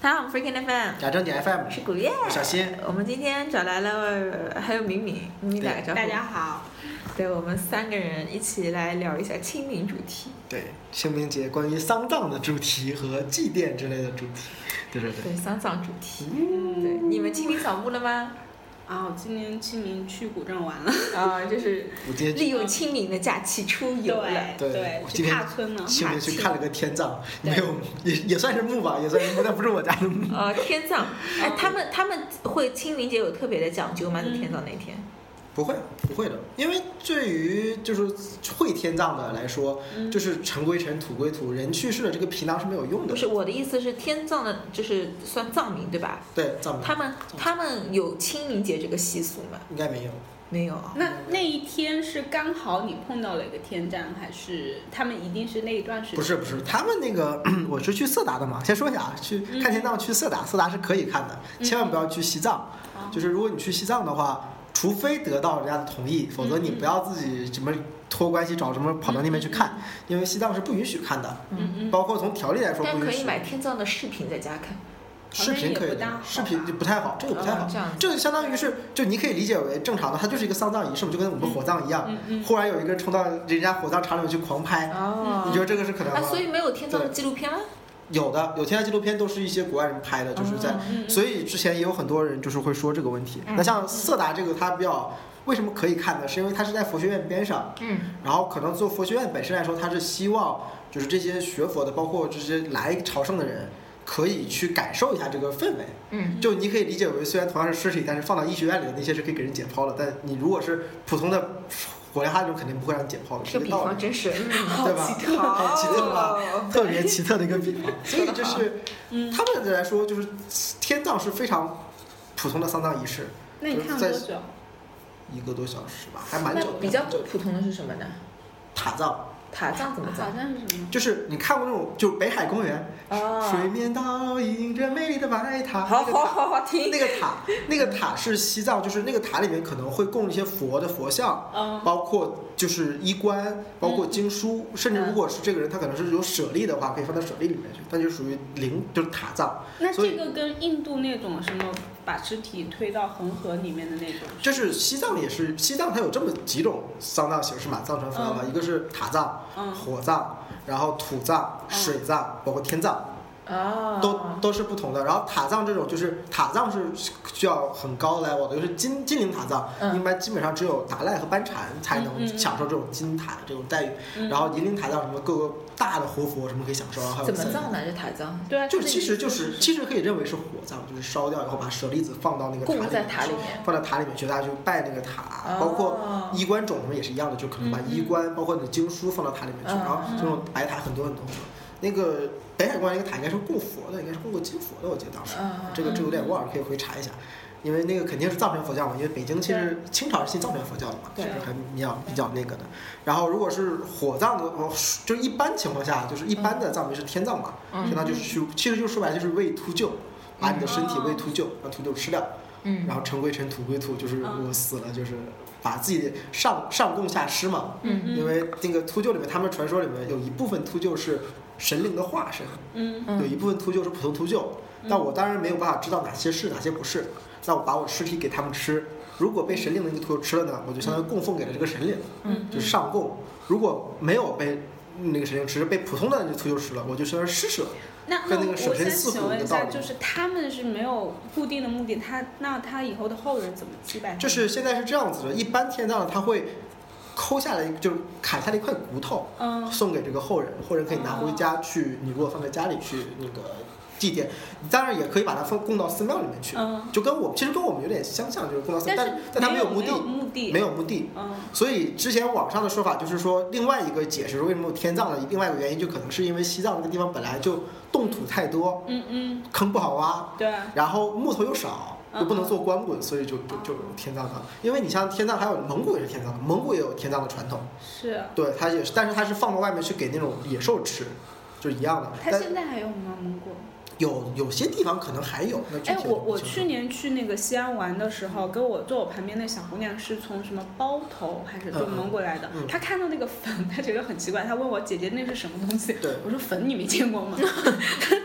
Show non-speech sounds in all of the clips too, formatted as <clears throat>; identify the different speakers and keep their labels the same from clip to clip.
Speaker 1: 大家好，我们 Freaking FM，
Speaker 2: 假正经 FM，
Speaker 1: 我是古月，
Speaker 2: 小新。
Speaker 1: 我们今天找来了，呃还有敏敏，敏敏打个招呼。
Speaker 3: 大家好，
Speaker 1: 对我们三个人一起来聊一下清明主题。
Speaker 2: 对，清明节关于丧葬的主题和祭奠之类的主题，对对对。
Speaker 1: 对，丧葬主题。对，你们清明扫墓了吗？
Speaker 3: 啊，我今年清明去古镇玩了，
Speaker 1: 啊，就是
Speaker 2: 我今
Speaker 1: 利
Speaker 2: 天
Speaker 1: 用清明的假期出游了。
Speaker 2: 对
Speaker 3: 对
Speaker 2: 我，今
Speaker 3: 去
Speaker 2: 天
Speaker 3: 踏村呢，
Speaker 2: 清明去看了个天葬，
Speaker 1: 对
Speaker 2: 没有也也算是墓吧，也算是墓，但不是我家的墓。
Speaker 1: 呃，天葬，哎，他们他们会清明节有特别的讲究吗？在
Speaker 3: 嗯
Speaker 1: 天葬那天？
Speaker 2: 不会，不会的，因为对于就是会天葬的来说，
Speaker 3: 嗯
Speaker 2: 就是尘归尘，土归土，人去世了，这个皮囊是没有用的
Speaker 1: 不。是，我的意思是天葬的，就是算葬名对吧？
Speaker 2: 对，葬
Speaker 1: 他们他们有清明节这个习俗吗？
Speaker 2: 应该没有。
Speaker 1: 没有啊。
Speaker 3: 那那一天是刚好你碰到了一个天战，还是他们一定是那一段时间？
Speaker 2: 不是不是，他们那个 <clears throat> 我是去色达的嘛，先说一下啊，去
Speaker 1: 嗯
Speaker 2: 看天葬去色达，色达是可以看的，千万不要去西藏。
Speaker 3: 哦，
Speaker 2: 就是如果你去西藏的话，除非得到人家的同意，否则你不要自己什么托关系找什么跑到那边去看，因为西藏是不允许看的，
Speaker 3: 嗯嗯，
Speaker 2: 包括从条例来说
Speaker 1: 但
Speaker 2: 不
Speaker 1: 可
Speaker 2: 允
Speaker 1: 以
Speaker 2: 许。
Speaker 1: 买天葬的视频在家看。
Speaker 2: 视频可以
Speaker 3: 好像也不大
Speaker 2: 的
Speaker 3: 好，
Speaker 2: 视频
Speaker 3: 吧
Speaker 2: 就不太好，这个不太好
Speaker 1: 哦。这样子
Speaker 2: 这个相当于是，就你可以理解为正常的，它就是一个丧葬仪式嘛，就跟我们火葬一样
Speaker 3: 嗯嗯。
Speaker 2: 忽然有一个人冲到人家火葬场里去狂拍，
Speaker 1: 哦
Speaker 2: 哎你觉得这个是可能
Speaker 1: 啊，
Speaker 2: 吗
Speaker 1: 所？以没有天葬的
Speaker 2: 对
Speaker 1: 纪录片吗？啊
Speaker 2: 有的，有天下纪录片都是一些国外人拍的，就是在
Speaker 1: 哦
Speaker 3: 嗯嗯
Speaker 2: 所以之前也有很多人就是会说这个问题。
Speaker 1: 嗯
Speaker 2: 那像色达这个，它比较为什么可以看呢？是因为它是在佛学院边上，
Speaker 1: 嗯，
Speaker 2: 然后可能做佛学院本身来说，它是希望就是这些学佛的，包括这些来朝圣的人，可以去感受一下这个氛围。
Speaker 1: 嗯，
Speaker 2: 就你可以理解为，虽然同样是尸体，但是放到医学院里的那些是可以给人解剖的，但你如果是普通的火焰哈这种，肯定不会让你解剖的，
Speaker 1: 这
Speaker 2: 是
Speaker 1: 个
Speaker 2: 一
Speaker 1: 比
Speaker 2: 个道理
Speaker 1: 方。真
Speaker 2: <laughs>
Speaker 1: 是，嗯，
Speaker 2: 对吧？
Speaker 3: 哦
Speaker 2: <laughs> 好啊奇特吧？特别奇特的一个比方，所以
Speaker 1: <laughs>
Speaker 2: 就是
Speaker 3: 嗯，
Speaker 2: 他们来说，就是天葬是非常普通的丧葬仪式，
Speaker 3: 那你看了多久？
Speaker 2: 一个多小时吧，还蛮久
Speaker 1: 那
Speaker 2: 的。
Speaker 1: 比较不普通的是什么呢？
Speaker 2: 塔葬，
Speaker 1: 塔葬怎么
Speaker 3: 好
Speaker 1: 葬？
Speaker 3: 像是什么？
Speaker 2: 就是你看过那种，就是北海公园，水
Speaker 1: 哦，
Speaker 2: 面倒映着美丽的白塔，
Speaker 1: 好
Speaker 2: 那个
Speaker 1: 好
Speaker 2: 塔。
Speaker 1: 好好听。
Speaker 2: 那个塔，那个塔是西藏，就是那个塔里面可能会供一些佛的佛像，
Speaker 3: 嗯
Speaker 2: 包括就是衣冠，包括经
Speaker 1: 嗯
Speaker 2: 书，甚至如果是这个人他可能是有舍利的话，可以放到舍利里面去，那就属于灵，就是塔葬。
Speaker 3: 那
Speaker 2: 所以
Speaker 3: 这个跟印度那种什么把尸体推到恒河里面的那种，
Speaker 2: 就是西藏也是，西藏它有这么几种丧葬形式嘛，藏传佛教嘛，一个是塔葬、
Speaker 3: 嗯
Speaker 2: 火葬，然后土葬、
Speaker 3: 嗯
Speaker 2: 水葬，包括天葬，
Speaker 1: 哦，
Speaker 2: 都都是不同的。然后塔葬这种就是塔葬是需要很高 level 的，就是金金陵塔葬，
Speaker 1: 嗯
Speaker 2: 一般基本上只有达赖和班禅才
Speaker 3: 嗯
Speaker 2: 能
Speaker 3: 嗯嗯
Speaker 2: 享受这种金塔的这种待遇。
Speaker 3: 嗯
Speaker 2: 然后银陵塔葬什么各个大的活佛什么可以享受，然后还有
Speaker 1: 怎么
Speaker 2: 僧人
Speaker 1: 葬呢？这塔葬
Speaker 3: 对啊，
Speaker 2: 就
Speaker 3: 它
Speaker 2: 是
Speaker 3: 那
Speaker 2: 其实就
Speaker 3: 一
Speaker 2: 是
Speaker 3: 定
Speaker 2: 其实可以认为是火葬，就是烧掉以后把舍利子放到那个塔里
Speaker 1: 供在
Speaker 2: 面
Speaker 1: 塔里面。
Speaker 2: 放在塔里面去，大家去拜那个塔，包括
Speaker 1: 哦
Speaker 2: 衣冠冢什么也是一样的，就可能把
Speaker 3: 嗯嗯
Speaker 2: 衣冠，包括你的经书放到塔里面去，
Speaker 1: 嗯
Speaker 2: 然后这种白塔很多很多。那个北海关那个塔应该是供佛的，应该是供过金佛的，我记得当时
Speaker 1: 嗯。
Speaker 2: 这个这个有点忘了，可以回查一下。因为那个肯定是藏传佛教嘛，因为北京其实清朝是信藏传佛教的嘛，
Speaker 1: 对
Speaker 2: 是还比较比较那个的。然后如果是火葬的，哦就是一般情况下，就是一般的藏民是天葬嘛，
Speaker 1: 嗯哦
Speaker 2: 相当于就是去，其实就说白了就是为秃鹫，把你的身体为秃鹫，让秃鹫吃掉。
Speaker 1: 嗯
Speaker 2: 然后尘归尘，土归土，就是
Speaker 3: 嗯
Speaker 2: 我死了，就是把自己上上供下施嘛。
Speaker 1: 嗯
Speaker 3: 嗯
Speaker 2: 因为那个秃鹫里面，他们传说里面有一部分秃鹫是神灵的化身，
Speaker 3: 嗯
Speaker 2: 有
Speaker 1: 嗯
Speaker 2: 一部分秃鹫是普通秃鹫。但我当然没有办法知道哪些是哪些不是，那我把我尸体给他们吃。如果被神灵的那个秃鹫吃了呢，我就相当于供奉给了这个神灵，
Speaker 3: 嗯
Speaker 2: 就是上供。如果没有被那个神灵吃，被普通的那个秃鹫吃了，我就相当于施舍。
Speaker 3: 那
Speaker 2: 跟那
Speaker 3: 那
Speaker 2: 个
Speaker 3: 我
Speaker 2: 舍
Speaker 3: 想
Speaker 2: 身饲虎
Speaker 3: 请问
Speaker 2: 的
Speaker 3: 一
Speaker 2: 道
Speaker 3: 下，
Speaker 2: 理
Speaker 3: 就是他们是没有固定的目的，他那他以后的后人怎么祭拜他们？
Speaker 2: 就是现在是这样子的，一般天葬他会抠下来一，就是砍下来一块骨头，
Speaker 3: 嗯
Speaker 2: 送给这个后人，后人可以拿回家去。你如果放在家里去那个祭奠，你当然也可以把它放供到寺庙里面去，
Speaker 3: 嗯，
Speaker 2: 就跟我们其实跟我们有点相像，就是供到寺庙，
Speaker 3: 但
Speaker 2: 但
Speaker 3: 是
Speaker 2: 但它没
Speaker 3: 有
Speaker 2: 有目
Speaker 3: 没有
Speaker 2: 的，
Speaker 3: 目的，
Speaker 2: 没有目的。
Speaker 3: 嗯
Speaker 2: 所以之前网上的说法就是说，另外一个解释为什么有天葬的另外一个原因，就可能是因为西藏那个地方本来就冻土太多，
Speaker 3: 嗯嗯，
Speaker 2: 坑不好挖，
Speaker 3: 对啊，
Speaker 2: 然后木头又少，
Speaker 3: 嗯
Speaker 2: 又不能做光棍，所以就就就有天葬的。因为你像天葬，还有蒙古也是天葬的，蒙古也有天葬的传统，
Speaker 3: 是。
Speaker 2: 对，它也是，但是它是放到外面去给那种野兽吃，就一样的。
Speaker 3: 他
Speaker 2: 但
Speaker 3: 现在还有吗？蒙古？
Speaker 2: 有有些地方可能还有，那具
Speaker 3: 哎
Speaker 2: 体，的
Speaker 3: 我
Speaker 2: 不
Speaker 3: 我
Speaker 2: 清楚
Speaker 3: 去年去那个西安玩的时候，跟我坐我旁边那小姑娘是从什么包头还是
Speaker 2: 嗯
Speaker 3: 从蒙古来的，
Speaker 2: 嗯
Speaker 3: 她看到那个粉，她觉得很奇怪，她问我姐姐那是什么东西， <laughs>
Speaker 2: 对
Speaker 3: 我说粉你没见过吗？ <laughs>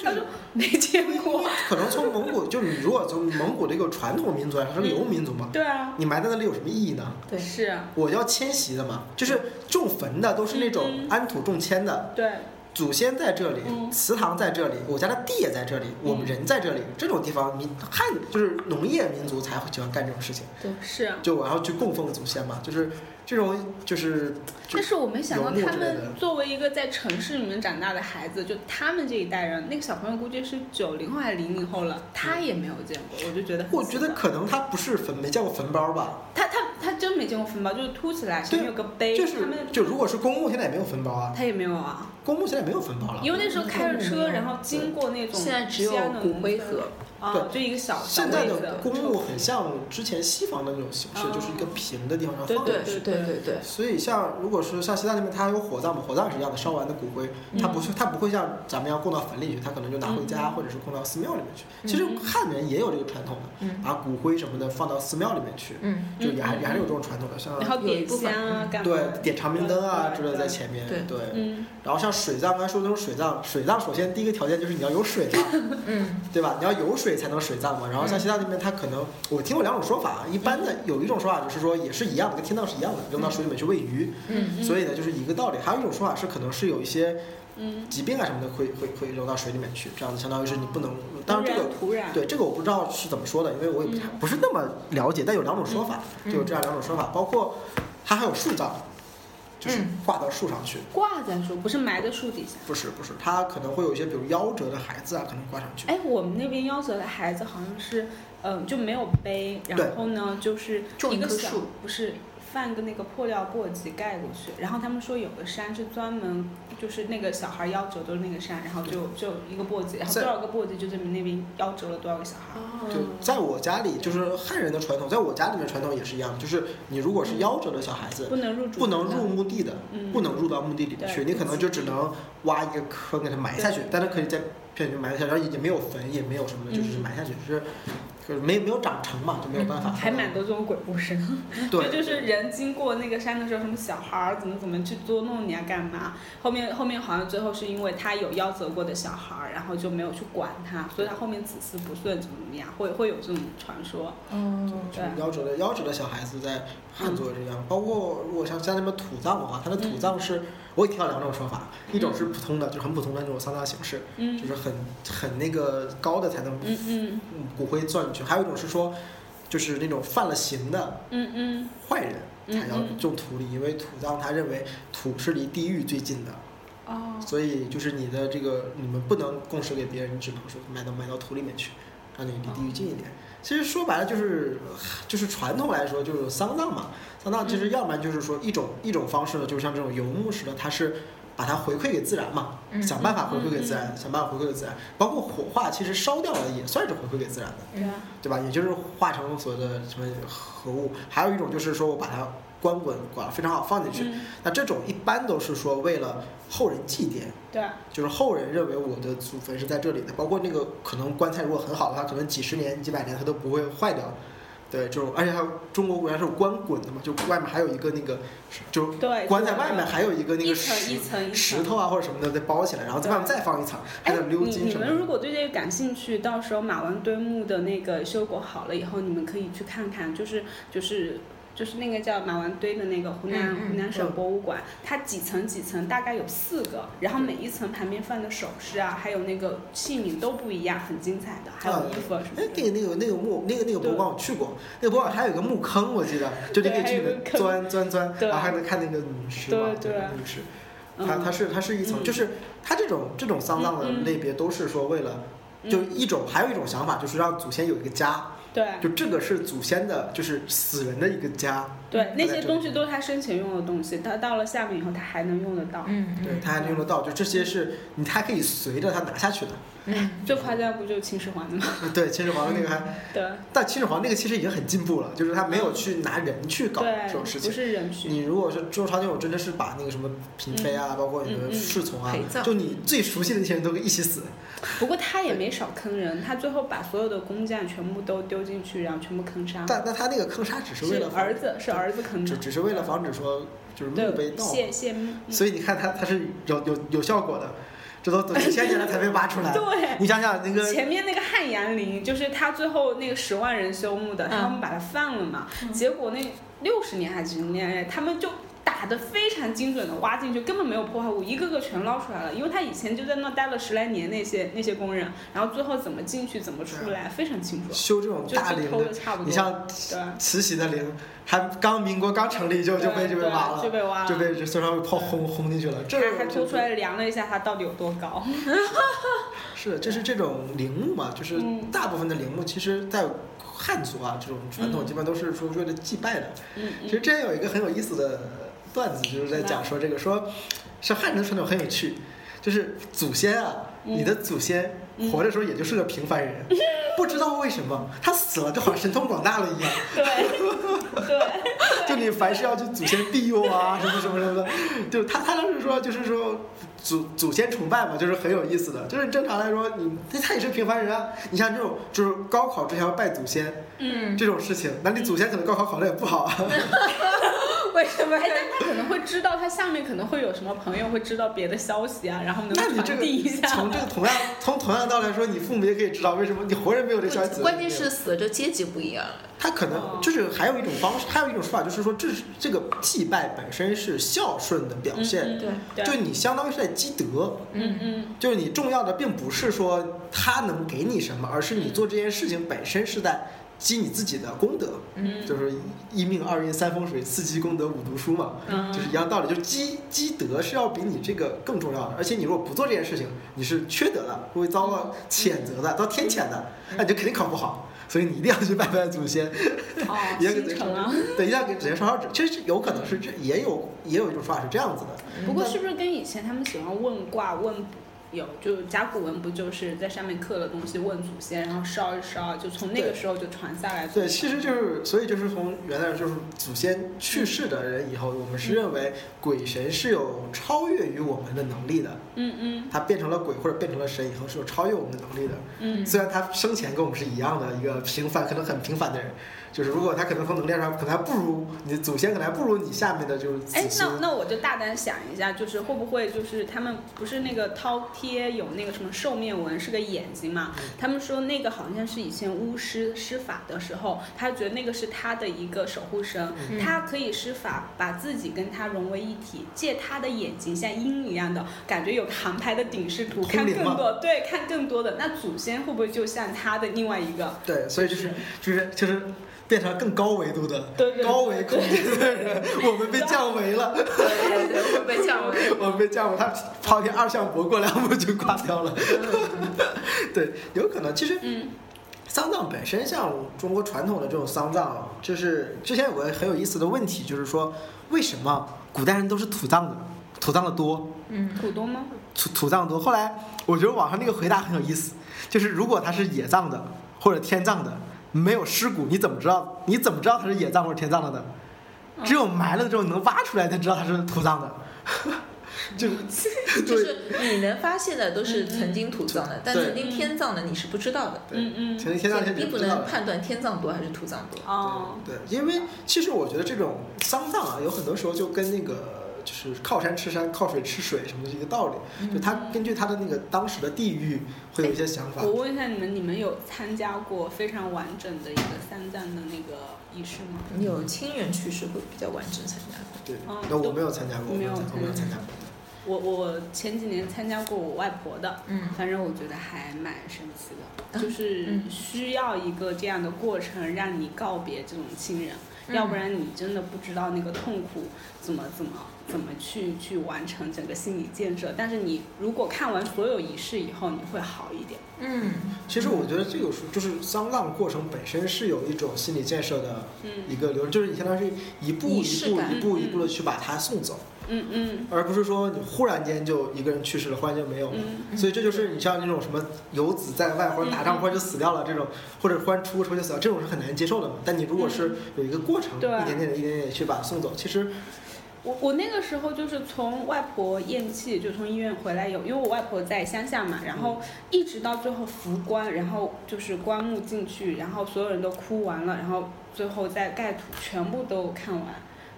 Speaker 3: 她说没见过，
Speaker 2: 可能从蒙古，就是你如果从蒙古这个传统民族来说，它是个游牧民族嘛，
Speaker 3: 对啊，
Speaker 2: 你埋在那里有什么意义呢？
Speaker 1: 嗯对
Speaker 3: 是啊，
Speaker 2: 我要迁徙的嘛，就是种坟的都是那种
Speaker 3: 嗯
Speaker 2: 安土重迁的，
Speaker 3: 对，
Speaker 2: 祖先在这里，
Speaker 3: 嗯
Speaker 2: 祠堂在这里，我家的地也在这里，我们人在这里，这种地方民汉就是农业民族才会喜欢干这种事情，
Speaker 3: 是啊。
Speaker 2: 就我要去供奉祖先嘛，就是这种就是就
Speaker 3: 但是我没想到
Speaker 2: 游牧之
Speaker 3: 他
Speaker 2: 类的
Speaker 3: 们作为一个在城市里面长大的孩子，就他们这一代人，那个小朋友估计是九零后还是零零后了，他也没有见过，我就觉得很
Speaker 2: 我
Speaker 3: 奇
Speaker 2: 觉得
Speaker 3: 怪
Speaker 2: 可能他不是坟没见过坟包吧，
Speaker 3: 他他他真没见过坟包，就是凸起来上面有个碑，
Speaker 2: 就
Speaker 3: 哎他
Speaker 2: 是
Speaker 3: 们
Speaker 2: 就如果是公墓现在也没有坟包啊，
Speaker 3: 他也没有啊，
Speaker 2: 公墓现在也没有坟包了，
Speaker 3: 因为那时候开着车，然后经过那种
Speaker 1: 现在只有
Speaker 3: 西安的
Speaker 1: 骨灰
Speaker 3: 农村
Speaker 1: 盒，
Speaker 3: 啊，就一个小小
Speaker 2: 现在
Speaker 3: 位
Speaker 2: 的
Speaker 3: 子，
Speaker 2: 公墓很像之前西方的那种形式，
Speaker 3: 哦
Speaker 2: 就是一个平的地方，然后
Speaker 3: 对
Speaker 2: 放进
Speaker 1: 对
Speaker 2: 去。
Speaker 1: 对对对，
Speaker 2: 所以像如果是像西藏那边，它还有火葬嘛，火葬是一样的，烧完的骨灰，它不是
Speaker 3: 嗯
Speaker 2: 它不会像咱们要供到坟里去，它可能就拿回家或者是供到寺庙里面去。
Speaker 3: 嗯
Speaker 2: 其实汉人也有这个传统的，
Speaker 1: 嗯
Speaker 2: 把骨灰什么的放到寺庙里面去，
Speaker 1: 嗯，
Speaker 2: 就也还
Speaker 3: 嗯
Speaker 2: 也还是有这种传统的，像
Speaker 3: 然后
Speaker 1: 有一
Speaker 3: 点
Speaker 1: 部分
Speaker 3: 香啊，干嘛？
Speaker 2: 对点长明灯啊
Speaker 3: 对
Speaker 2: 之类的在
Speaker 3: 对
Speaker 2: 前面，
Speaker 1: 对
Speaker 2: 对。
Speaker 3: 嗯，
Speaker 2: 然后像水葬，刚啊才说的那种水葬，水葬首先第一个条件就是你要有水葬，
Speaker 1: <laughs> 嗯
Speaker 2: 对吧？你要有水才能水葬嘛。然后像西藏那边，它可能我听过两种说法，一般的有一种说法就是说也是一样的，跟天葬是一样的，扔到水里面去喂鱼，
Speaker 1: 嗯
Speaker 2: 所以呢就是一个道理。还有一种说法是可能是有一些
Speaker 3: 嗯，
Speaker 2: 疾病啊什么的会会会扔到水里面去，这样子相当于是你不能。当然这
Speaker 3: 突
Speaker 2: 个
Speaker 3: 突然，
Speaker 2: 对这个我不知道是怎么说的，因为我也不太
Speaker 3: 嗯
Speaker 2: 不是那么了解，但有两种说法，
Speaker 1: 嗯
Speaker 2: 就有这样两种说法，包括它还有树葬，就是
Speaker 1: 嗯
Speaker 2: 挂到树上去。
Speaker 3: 挂在树，不是埋在树底下。
Speaker 2: 不是不是，它可能会有一些比如夭折的孩子啊，可能挂上去。
Speaker 3: 哎，我们那边夭折的孩子好像是，嗯、就没有碑，
Speaker 2: 对
Speaker 3: 然后呢，就是
Speaker 1: 种
Speaker 3: 一
Speaker 1: 一
Speaker 3: 个
Speaker 1: 棵
Speaker 3: 小
Speaker 1: 树，
Speaker 3: 不是放个那个破料簸箕盖过去，然后他们说有个山是专门，就是那个小孩夭折都是那个山，然后就就一个簸箕，然后
Speaker 2: 在哦
Speaker 3: 多少个簸箕就证明那边夭折了多少个小孩。
Speaker 1: 哦
Speaker 2: 对，在我家里就是汉人的传统，在我家里面传统也是一样，就是你如果是夭折的小孩子，
Speaker 3: 不能入主，
Speaker 2: 不能入，墓地的，
Speaker 3: 嗯，
Speaker 2: 不能入到墓地里面去，你
Speaker 3: 对
Speaker 2: 可能就只能挖一个坑给它埋下去
Speaker 3: 对，
Speaker 2: 但是可以在片区埋下去，然后也没有坟，也没有什么的，就是
Speaker 3: 嗯
Speaker 2: 埋下去，就是就是没没有长成嘛，就没有办法。
Speaker 3: 还蛮多这种鬼故事。
Speaker 2: 对，
Speaker 3: 就就是人经过那个山的时候，什么小孩儿怎么怎么去捉弄你啊，干嘛？后面后面好像最后是因为他有夭折过的小孩儿，然后就没有去管他，所以他后面子嗣不顺，怎么怎么样，会会有这种传说。啊
Speaker 1: 哦，
Speaker 2: 就是夭折的夭折的小孩子在
Speaker 3: 嗯
Speaker 2: 汉族也是一样，包括如果像像那边土葬的话，它的土葬是我也听到两种说法，一种是普通的，就是很普通的那种丧葬形式，
Speaker 3: 嗯
Speaker 2: 就是很很那个高的才能
Speaker 3: 嗯嗯
Speaker 2: 嗯骨灰钻进去，还有一种是说，就是那种犯了刑的
Speaker 3: 嗯嗯，
Speaker 2: 坏人才要
Speaker 3: 嗯嗯
Speaker 2: 种土里，因为土葬他认为土是离地狱最近的，
Speaker 3: 哦，
Speaker 2: 所以就是你的这个你们不能供食给别人，你只能说埋到埋到土里面去，让你离地狱近一点。其实说白了就是呃就是传统来说就是丧葬嘛，丧葬其实要不然就是说一种一种方式呢，就像这种游牧式的，它是。把它回馈给自然嘛，
Speaker 1: 嗯
Speaker 2: 想办法回馈给自然，想办法回馈给自然，包括火化，其实烧掉了也算是回馈给自然的。
Speaker 1: 嗯
Speaker 3: 对啊，
Speaker 2: 对吧？也就是化成所谓的什么核物，还有一种就是说我把它光滚管非常好放进去。
Speaker 3: 嗯
Speaker 2: 那这种一般都是说为了后人祭奠，
Speaker 3: 对啊，
Speaker 2: 就是后人认为我的祖坟是在这里的，包括那个可能棺材如果很好的话，可能几十年、几百年它都不会坏掉。对，这种而且还有中国古代是有棺椁的嘛，就外面还有一个那个，就是
Speaker 3: 对，
Speaker 2: 棺材外面还有一个那
Speaker 3: 一
Speaker 2: 个
Speaker 3: 层一
Speaker 2: 石
Speaker 3: 层一层
Speaker 2: 石。头啊或者什么的再包起来，然后在外面再放一层，还
Speaker 3: 哎
Speaker 2: 有，鎏
Speaker 3: 你
Speaker 2: 金
Speaker 3: 你
Speaker 2: 什么
Speaker 3: 们
Speaker 2: 的。
Speaker 3: 如果对这个感兴趣，到时候马王堆墓的那个修狗好了以后，你们可以去看看，就是就是就是那个叫马王堆的那个湖南、
Speaker 1: 嗯嗯
Speaker 3: 湖南省
Speaker 2: 嗯
Speaker 3: 博物馆，它几层几层，大概有四个，然后每一层旁边放的首饰啊，还有那个器皿都不一样，很精彩的，还有衣服啊
Speaker 2: 哎
Speaker 3: 什么，
Speaker 2: 那个
Speaker 3: 的。
Speaker 2: 那个那个墓，那个那个博物馆我去过，那个博物馆还有一个墓坑，我记得，就你可以去里面
Speaker 3: 对还
Speaker 2: 钻钻钻，
Speaker 3: 对
Speaker 2: 然后还能看那个女尸嘛，
Speaker 3: 对对啊
Speaker 2: 那个女尸，它它
Speaker 3: 嗯，
Speaker 2: 是它是一层，
Speaker 3: 嗯
Speaker 2: 就是它这种这种丧葬的
Speaker 3: 嗯嗯嗯
Speaker 2: 类别都是说为了，就一种还有一种想法就是让祖先有一个家，
Speaker 3: 对
Speaker 2: 就这个是祖先的，就是死人的一个家，
Speaker 3: 对，那些东西都是他生前用的东西，他到了下面以后他还能用得到。
Speaker 1: 嗯，
Speaker 2: 对，他还能用得到，就这些是你还可以随着他拿下去的。 <laughs>
Speaker 1: 嗯，
Speaker 3: 最夸张不就是秦始皇的吗？ <laughs>
Speaker 2: 对，秦始皇的那个还，
Speaker 3: 对
Speaker 2: 但秦始皇那个其实已经很进步了，就是他没有去拿人去搞
Speaker 3: 对，
Speaker 2: 这种事
Speaker 3: 不
Speaker 2: 情。
Speaker 3: 是人去。
Speaker 2: 你如果是周朝那种，真的是把那个什么嫔妃啊，包括你
Speaker 3: 嗯
Speaker 2: 的
Speaker 3: 嗯
Speaker 2: 侍从啊
Speaker 1: 陪，葬
Speaker 2: 就你最熟悉的那些人都一起死。
Speaker 3: 不过他也没少坑人，他最后把所有的工匠全部都丢进去，然后全部坑杀。
Speaker 2: 但那他那个坑杀只是为
Speaker 3: 嗯是
Speaker 2: 了防
Speaker 3: 儿子，是儿子坑
Speaker 2: 只
Speaker 3: 的。
Speaker 2: 只是为了防止说就是墓碑
Speaker 3: 对，
Speaker 2: 盗嘛，
Speaker 3: 谢谢墓。
Speaker 2: 所以你看他他是有有有效果的，这都等几千年了才被挖出来。
Speaker 3: <laughs> 对。
Speaker 2: 你想想那个
Speaker 3: 前面那个汉阳陵，就是他最后那个十万人修墓的，
Speaker 1: 嗯
Speaker 3: 他们把它放了嘛，
Speaker 1: 嗯
Speaker 3: 结果那六十年还是几十年，哎他们就打得非常精准的挖进去，根本没有破坏物，一个个全捞出来了，因为他以前就在那待了十来年，那些那些工人，然后最后怎么进去，怎么出来，非常清楚，
Speaker 2: 修这种
Speaker 3: 就
Speaker 2: 啊大
Speaker 3: 就
Speaker 2: 陵
Speaker 3: 偷
Speaker 2: 的，
Speaker 3: 的差不
Speaker 2: 你
Speaker 3: 多，
Speaker 2: 像
Speaker 3: 对，
Speaker 2: 慈禧的陵，还刚民国刚成立就就被
Speaker 3: 对
Speaker 2: 就被
Speaker 3: 对
Speaker 2: 挖
Speaker 3: 就
Speaker 2: 了，
Speaker 3: 被挖了，
Speaker 2: 就被这孙尚伟炮
Speaker 3: 对
Speaker 2: 轰轰进去了。这
Speaker 3: 他还
Speaker 2: 这
Speaker 3: 偷出来量了一下它到底有多高，
Speaker 2: 是这是这种陵墓嘛，就是
Speaker 3: 嗯
Speaker 2: 大部分的陵墓，其实在汉族啊这种传统，
Speaker 3: 嗯
Speaker 2: 基本都是说为了祭拜的。
Speaker 3: 嗯
Speaker 2: 其实
Speaker 3: 嗯，
Speaker 2: 之前有一个很有意思的段子，就是在讲说这个，说是汉人的传统很有趣，就是祖先啊，
Speaker 3: 嗯
Speaker 2: 你的祖先
Speaker 3: 嗯
Speaker 2: 活着时候也就是个平凡人，不知道为什么他死了就好像神通广大了一样，
Speaker 3: <laughs> 对对。 <laughs>
Speaker 2: 就你凡事要去祖先庇佑啊，什么什么什么的，就是他他当时说就是说。祖祖先崇拜嘛，就是很有意思的。就是正常来说，你他他也是平凡人啊。你像这种，就是高考之前要拜祖先
Speaker 1: 嗯，
Speaker 2: 这种事情，那你祖先可能高考考得也不好啊。
Speaker 1: 为什么
Speaker 3: 哎，但他可能会知道，他下面可能会有什么朋友会知道别的消息啊，然后能
Speaker 2: 那你
Speaker 3: 够
Speaker 2: 这
Speaker 3: 传
Speaker 2: 个
Speaker 3: 递一下。
Speaker 2: 从这个同样从同样道理来说，你父母也可以知道为什么你活人没有这消息。
Speaker 1: 关键是死者阶级不一样了，
Speaker 2: 他可
Speaker 3: 哦
Speaker 2: 能就是还有一种方式，还有一种说法就是说，这是这个祭拜本身是孝顺的表现，
Speaker 3: 嗯
Speaker 1: 对
Speaker 3: 对，
Speaker 2: 就你相当于是在积德。
Speaker 3: 嗯嗯
Speaker 2: 就是你重要的并不是说他能给你什么，而是你
Speaker 3: 嗯
Speaker 2: 做这件事情本身是在积你自己的功德，
Speaker 3: 嗯，
Speaker 2: 就是一命二运三风水，四积功德五读书嘛。
Speaker 3: 嗯
Speaker 2: 就是一样道理，就积积德是要比你这个更重要的，而且你如果不做这件事情，你是缺德的，会遭到谴责的，遭天谴的，那你就肯定考不好。所以你一定要去拜拜祖先，
Speaker 3: 哦，
Speaker 2: <laughs> 也给
Speaker 3: 心诚啊。
Speaker 2: 对，一定要给祖先烧烧纸。其实有可能是这，也有也有一种说法是这样子的，
Speaker 1: 嗯
Speaker 3: 不过是不是跟以前他们喜欢问卦问卜有，就甲骨文不就是在上面刻了东西问祖先，然后烧一烧，就从那个
Speaker 2: 对
Speaker 3: 时候就传下来。
Speaker 2: 对，其实就是所以就是从原来就是祖先去世的人以后，我们是认为鬼神是有超越于我们的能力的，
Speaker 3: 嗯嗯
Speaker 2: 他变成了鬼或者变成了神以后是有超越我们的能力的。
Speaker 3: 嗯
Speaker 2: 虽然他生前跟我们是一样的一个平凡，可能很平凡的人，就是如果他可能从能量上可能还不如你祖先，可能还不如你下面的就是子
Speaker 3: 哎，
Speaker 2: 孙
Speaker 3: 那。那我就大胆想一下，就是会不会就是他们不是那个饕餮有那个什么兽面纹是个眼睛嘛？
Speaker 2: 嗯
Speaker 3: 他们说那个好像是以前巫师施法的时候，他觉得那个是他的一个守护神，
Speaker 1: 嗯
Speaker 3: 他可以施法把自己跟他融为一体，借他的眼睛像鹰一样的感觉，有个航拍的警示图，
Speaker 2: 通
Speaker 3: 看
Speaker 2: 灵
Speaker 3: 更
Speaker 2: 吗
Speaker 3: 多，对，看更多的。那祖先会不会就像他的另外一
Speaker 2: <laughs>
Speaker 3: 个？
Speaker 2: 对，所以就是就是就是变成更高维度的
Speaker 3: 对对
Speaker 2: 高维空
Speaker 3: 对
Speaker 2: 间的人，我们被降维了，
Speaker 3: <laughs>
Speaker 1: 会被降维。
Speaker 2: 我们被降维，他抛天二向箔过两步就挂掉了。对，有可能其实
Speaker 3: 嗯
Speaker 2: 丧葬本身，像中国传统的这种丧葬，就是之前有个很有意思的问题，就是说为什么古代人都是土葬的，土葬的多，
Speaker 1: 嗯
Speaker 3: 土东吗？
Speaker 2: 土土葬多？后来我觉得网上那个回答很有意思，就是如果他是野葬的或者天葬的，没有尸骨，你怎么知道？你怎么知道他是野葬或者天葬的呢？只有埋了之后能挖出来才知道他是土葬的，就
Speaker 1: <laughs> 就是你能发现的都是曾经土葬的，但曾经天葬的你是不知道的，
Speaker 3: 嗯嗯
Speaker 2: 前天葬
Speaker 1: 所
Speaker 2: 天
Speaker 1: 以并
Speaker 2: 你
Speaker 1: 不
Speaker 2: 知道
Speaker 1: 能
Speaker 2: 的。
Speaker 1: 判断天葬多还是土葬多。
Speaker 3: 哦，
Speaker 2: 对，因为其实我觉得这种丧葬啊，有很多时候就跟那个就是靠山吃山，靠水吃水什么的一个道理。
Speaker 1: 嗯
Speaker 2: 就他根据他的那个当时的地域，会有一些想法
Speaker 3: 我。问一下你们，你们有参加过非常完整的一个三藏的那个仪式吗？
Speaker 1: 你有亲人去世会比较完整参加的。
Speaker 2: 对
Speaker 3: 嗯，
Speaker 2: 那我没有参加过，我
Speaker 3: 没
Speaker 2: 没
Speaker 3: 有
Speaker 2: 有参，我没有参加过。
Speaker 3: 我我前几年参加过我外婆的，
Speaker 1: 嗯
Speaker 3: 反正我觉得还蛮神奇的，
Speaker 1: 嗯
Speaker 3: 就是
Speaker 1: 嗯
Speaker 3: 需要一个这样的过程让你告别这种亲人，
Speaker 1: 嗯
Speaker 3: 要不然你真的不知道那个痛苦怎么怎么怎么去去完成整个心理建设。但是你如果看完所有仪式以后，你会好一点。
Speaker 1: 嗯，
Speaker 2: 其实我觉得这个是就是丧葬过程本身是有一种心理建设的一个流，就是你相当于一步一
Speaker 1: 仪式
Speaker 2: 步
Speaker 1: 感
Speaker 2: 一步一步的去把它送走，
Speaker 3: 嗯嗯
Speaker 2: 而不是说你忽然间就一个人去世了，忽然就没有了。
Speaker 3: 嗯，
Speaker 2: 所以这就是你像那种什么游子在外，或者打仗忽然就死掉了这种，或者忽然出个车就死掉，这种是很难接受的嘛。但你如果是有一个过程，
Speaker 3: 对
Speaker 2: 一点点的、一点点地去把它送走，其实
Speaker 3: 我我那个时候就是从外婆咽气，就从医院回来有，因为我外婆在乡下嘛，然后一直到最后扶棺，然后就是棺木进去，然后所有人都哭完了，然后最后再盖土，全部都看完。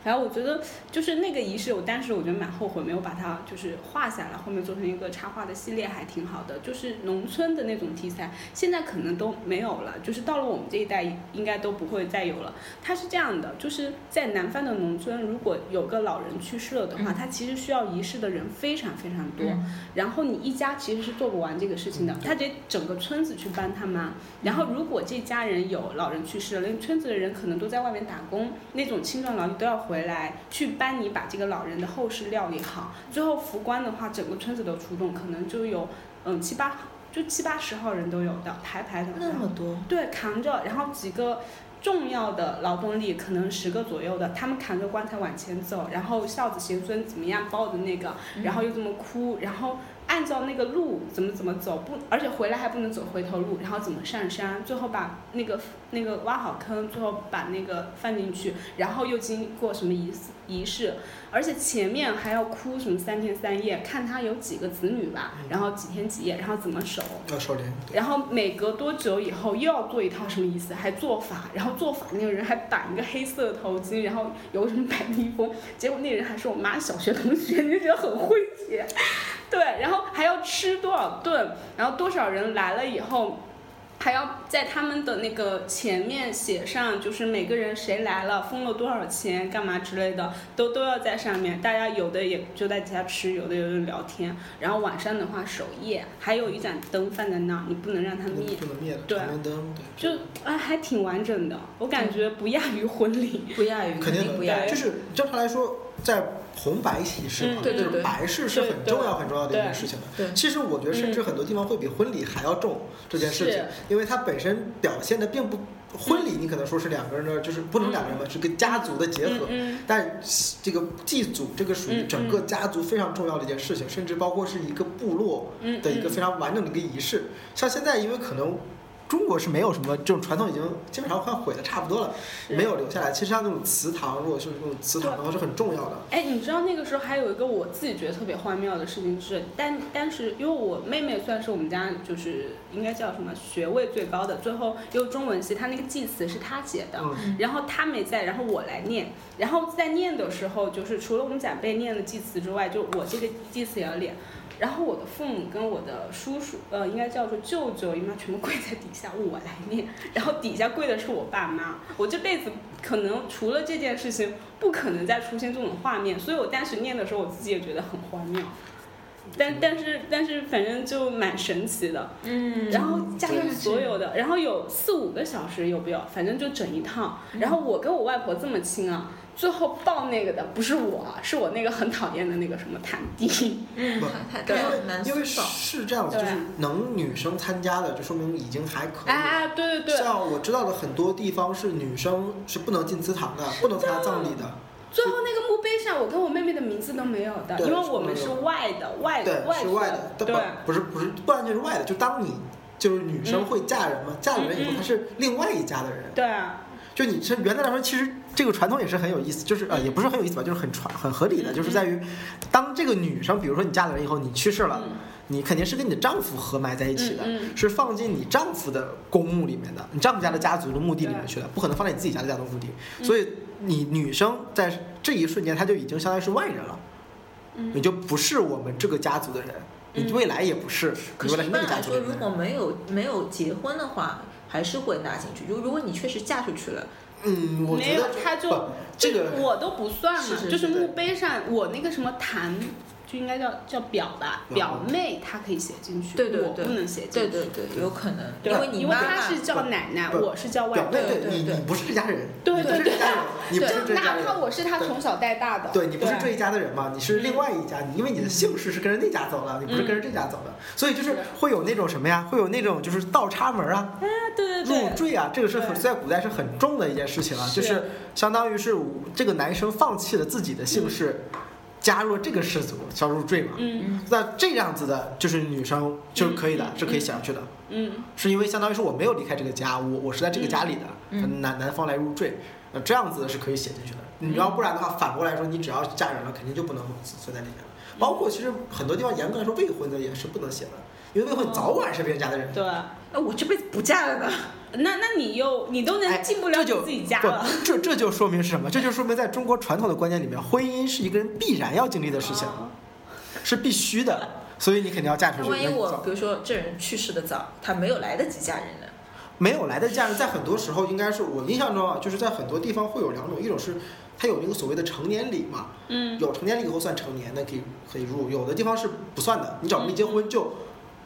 Speaker 3: 反正我觉得就是那个仪式，我当时我觉得蛮后悔，没有把它就是画下来，后面做成一个插画的系列还挺好的，就是农村的那种题材，现在可能都没有了，就是到了我们这一代应该都不会再有了。它是这样的，就是在南方的农村，如果有个老人去世了的话，
Speaker 1: 嗯
Speaker 3: 他其实需要仪式的人非常非常多，
Speaker 1: 嗯
Speaker 3: 然后你一家其实是做不完这个事情的
Speaker 2: 嗯，对
Speaker 3: 他得整个村子去帮他忙。然后如果这家人有老人去世了，因为村子的人可能都在外面打工，那种青壮劳力都要回来去帮你把这个老人的后事料理好。最后扶棺的话，整个村子都出动，可能就有嗯七八就七八十号人都有的，排排的。
Speaker 1: 那么多，
Speaker 3: 对，扛着，然后几个重要的劳动力，可能十个左右的，他们扛着棺材往前走，然后孝子贤孙怎么样抱着那个，
Speaker 1: 嗯
Speaker 3: 然后又这么哭，然后按照那个路怎么怎么走，不，而且回来还不能走回头路，然后怎么上山，最后把那个那个挖好坑，最后把那个放进去，然后又经过什么仪式仪式，而且前面还要哭什么三天三夜，看他有几个子女吧，然后几天几夜，然后怎么守。
Speaker 2: 要收敛。呃对
Speaker 3: 然后每隔多久以后又要做一套什么意思？还做法，然后做法那个人还绑一个黑色的头巾，然后有个什么白蜜蜂，结果那人还是我妈小学同学，你就觉得很诙谐。 <laughs> 对，然后还要吃多少顿，然后多少人来了以后。还要在他们的那个前面写上，就是每个人谁来了，封了多少钱，干嘛之类的，都都要在上面。大家有的也就在底下吃，有的有人聊天。然后晚上的话守夜，还有一盏灯放在那儿，你不能让它
Speaker 2: 那
Speaker 3: 灭，
Speaker 2: 不能灭的，
Speaker 3: 对
Speaker 2: 长明灯，
Speaker 3: 就啊还挺完整的。我感觉不亚于婚礼。
Speaker 1: 不亚于
Speaker 2: 对，肯定
Speaker 1: 不
Speaker 2: 的，
Speaker 1: 亚
Speaker 3: 对
Speaker 1: 于，
Speaker 2: 就是正常来说，在红白喜事嘛，
Speaker 3: 嗯
Speaker 1: 对对
Speaker 2: 就是
Speaker 1: 对
Speaker 2: 白事是很重要、很重要的一件事情的。
Speaker 1: 对嗯
Speaker 2: 其实我觉得，甚至很多地方会比婚礼还要重这件事情
Speaker 3: 是，
Speaker 2: 因为它本身表现的并不。婚
Speaker 1: 嗯
Speaker 2: 礼你可能说是两个人的，就是不能两个人嘛，是个家族的结合。
Speaker 3: 嗯
Speaker 2: 但这个祭祖，这个属
Speaker 1: 嗯
Speaker 2: 于整个家族非常重要的一件事情，甚至包括是一个部落
Speaker 3: 嗯
Speaker 2: 的一个非常完整的一个仪式。像现在，因为可能中国是没有什么这种传统，已经基本上快毁的差不多了，
Speaker 3: 是
Speaker 2: 没有留下来。其实像那种祠堂，如果是那种祠堂的话，是很重要的。
Speaker 3: 哎，你知道那个时候还有一个我自己觉得特别荒谬的事情是，但但是因为我妹妹算是我们家就是应该叫什么学位最高的，最后又中文系，她那个祭词是她写的，
Speaker 2: 嗯，
Speaker 3: 然后她没在，然后我来念，然后在念的时候，就是除了我们长辈念的祭词之外，就我这个祭词也要念。然后我的父母跟我的叔叔，呃，应该叫做舅舅姨妈，全部跪在底下，我来念。然后底下跪的是我爸妈，我这辈子可能除了这件事情，不可能再出现这种画面。所以我当时念的时候，我自己也觉得很荒谬。但但是但是，反正就蛮神奇的。
Speaker 1: 嗯，
Speaker 3: 然后加上
Speaker 1: 对
Speaker 3: 所有的，然后有四五个小时有没有？反正就整一趟。
Speaker 2: 嗯
Speaker 3: 然后我跟我外婆这么亲啊，最后抱那个的不是我，啊是我那个很讨厌的那个什么堂
Speaker 2: <laughs>
Speaker 3: 弟。
Speaker 1: 嗯，
Speaker 2: 不
Speaker 1: 他
Speaker 2: 因
Speaker 1: 他
Speaker 2: 为
Speaker 1: 很难
Speaker 2: 因为
Speaker 1: 塑造
Speaker 2: 是这样子，就是
Speaker 3: 对
Speaker 2: 能女生参加的，就说明已经还可以
Speaker 3: 哎
Speaker 2: 了。
Speaker 1: 啊
Speaker 3: 哎，对对对，
Speaker 2: 像我知道的很多地方是女生是不能进祠堂的，不能参加葬礼的。
Speaker 3: 最后那个墓碑上，我跟我妹妹的名字都没有的，
Speaker 2: 对
Speaker 3: 因为我们是外的外
Speaker 2: 对
Speaker 3: 的，外
Speaker 2: 是
Speaker 3: 孙
Speaker 2: 外的，但
Speaker 3: 对。嗯
Speaker 2: 不不是不是，不然就是外的。就当你就是女生会嫁人嘛，嫁了人以后
Speaker 3: 嗯嗯
Speaker 2: 她是另外一家的人。
Speaker 3: 对啊，
Speaker 2: 就你是原则来说，其实这个传统也是很有意思，就是呃也不是很有意思吧，就是很传很合理的，就是在于当这个女生，比如说你嫁了人以后，你去世了，
Speaker 3: 嗯
Speaker 2: 你肯定是跟你的丈夫合埋在一起的。
Speaker 3: 嗯嗯
Speaker 2: 是放进你丈夫的公墓里面的，你丈夫家的家族的墓地里面去的，不可能放在你自己家的家族墓地。
Speaker 3: 嗯
Speaker 2: 所以你女生在这一瞬间，她就已经相当于是外人了，
Speaker 3: 嗯
Speaker 2: 你就不是我们这个家族的人，
Speaker 3: 嗯
Speaker 2: 你未来也不是，
Speaker 1: 可
Speaker 2: 你
Speaker 1: 是，
Speaker 2: 未来
Speaker 1: 一
Speaker 2: 是那
Speaker 1: 般
Speaker 2: 个家
Speaker 1: 来
Speaker 2: 族
Speaker 1: 说，
Speaker 2: 的人
Speaker 1: 如。果没有没有结婚的话，还是会纳进去。就如果你确实嫁出去了，
Speaker 2: 嗯，我
Speaker 3: 没
Speaker 2: 觉
Speaker 3: 有
Speaker 2: 得
Speaker 3: 他就
Speaker 2: 不这个
Speaker 3: 我都不算嘛，
Speaker 1: 是是是
Speaker 3: 就是墓碑上我那个什么坛就应该叫叫表吧，
Speaker 2: 嗯
Speaker 3: 表妹她可以写进去，
Speaker 1: 对对
Speaker 3: 我
Speaker 1: 对
Speaker 3: 不能写进
Speaker 1: 对
Speaker 3: 去。
Speaker 1: 对对，有可能，
Speaker 3: 对
Speaker 1: 因为你
Speaker 3: 因为
Speaker 1: 妈
Speaker 3: 她
Speaker 1: 妈
Speaker 3: 是叫奶奶，
Speaker 2: 不
Speaker 3: 我是叫外
Speaker 2: 表妹
Speaker 3: 公。
Speaker 1: 对
Speaker 2: 你
Speaker 1: 对
Speaker 2: 你不是这家人，
Speaker 3: 对
Speaker 2: 你不
Speaker 3: 对
Speaker 2: 是这家人，你不是
Speaker 3: 就
Speaker 2: 这家
Speaker 3: 哪怕
Speaker 2: 人。
Speaker 3: 我是她从小带大的，
Speaker 2: 对你不是这一家的人嘛？你是另外一家，你因为你
Speaker 3: 嗯
Speaker 2: 的姓氏是跟人那家走了，你不是跟人这家走的，所以就是会有那种什么呀？会有那种就是倒插门啊，
Speaker 3: 对对
Speaker 2: 入
Speaker 3: 对，
Speaker 2: 赘啊，这个是很
Speaker 3: 对
Speaker 2: 在古代是很重的一件事情啊，
Speaker 3: 是
Speaker 2: 就是相当于是我这个男生放弃了自己的姓氏，加入了这个氏族叫入赘嘛。
Speaker 3: 嗯
Speaker 1: 嗯
Speaker 2: 那这样子的，就是女生就是可以的，
Speaker 3: 嗯
Speaker 2: 是可以写上去的，
Speaker 3: 嗯，
Speaker 2: 是因为相当于是我没有离开这个家，我我是在这个家里的，
Speaker 1: 嗯嗯
Speaker 2: 男男方来入赘，那这样子的是可以写进去的。
Speaker 1: 嗯
Speaker 2: 你要不然的话，反过来说，你只要嫁人了，肯定就不能存在里面了。包括其实很多地方严格来说，未婚的也是不能写的，因为未婚早晚是别人家的人。
Speaker 3: 对。
Speaker 1: 那哎我这辈子不嫁了呢。
Speaker 3: 那那你又你都
Speaker 2: 哎
Speaker 3: 能进不了
Speaker 2: 这
Speaker 3: 你
Speaker 2: 就
Speaker 3: 自己家
Speaker 2: 不
Speaker 3: 了，，
Speaker 2: 这这就说明是什么？这就说明在中国传统的观念里面，婚姻是一个人必然要经历的事情，
Speaker 3: 哦
Speaker 2: 是必须的，所以你肯定要嫁出
Speaker 1: 那
Speaker 2: 去。
Speaker 1: 万一
Speaker 2: 那你
Speaker 1: 我
Speaker 2: 早
Speaker 1: 比如说这人去世的早，他没有来得及嫁人呢？
Speaker 2: 没有来的嫁人，在很多时候应该是我印象中啊，就是在很多地方会有两种，一种是它有那个所谓的成年礼嘛，
Speaker 3: 嗯，
Speaker 2: 有成年礼以后算成年，那可以可以入；有的地方是不算的，你只要
Speaker 3: 嗯
Speaker 2: 没结婚就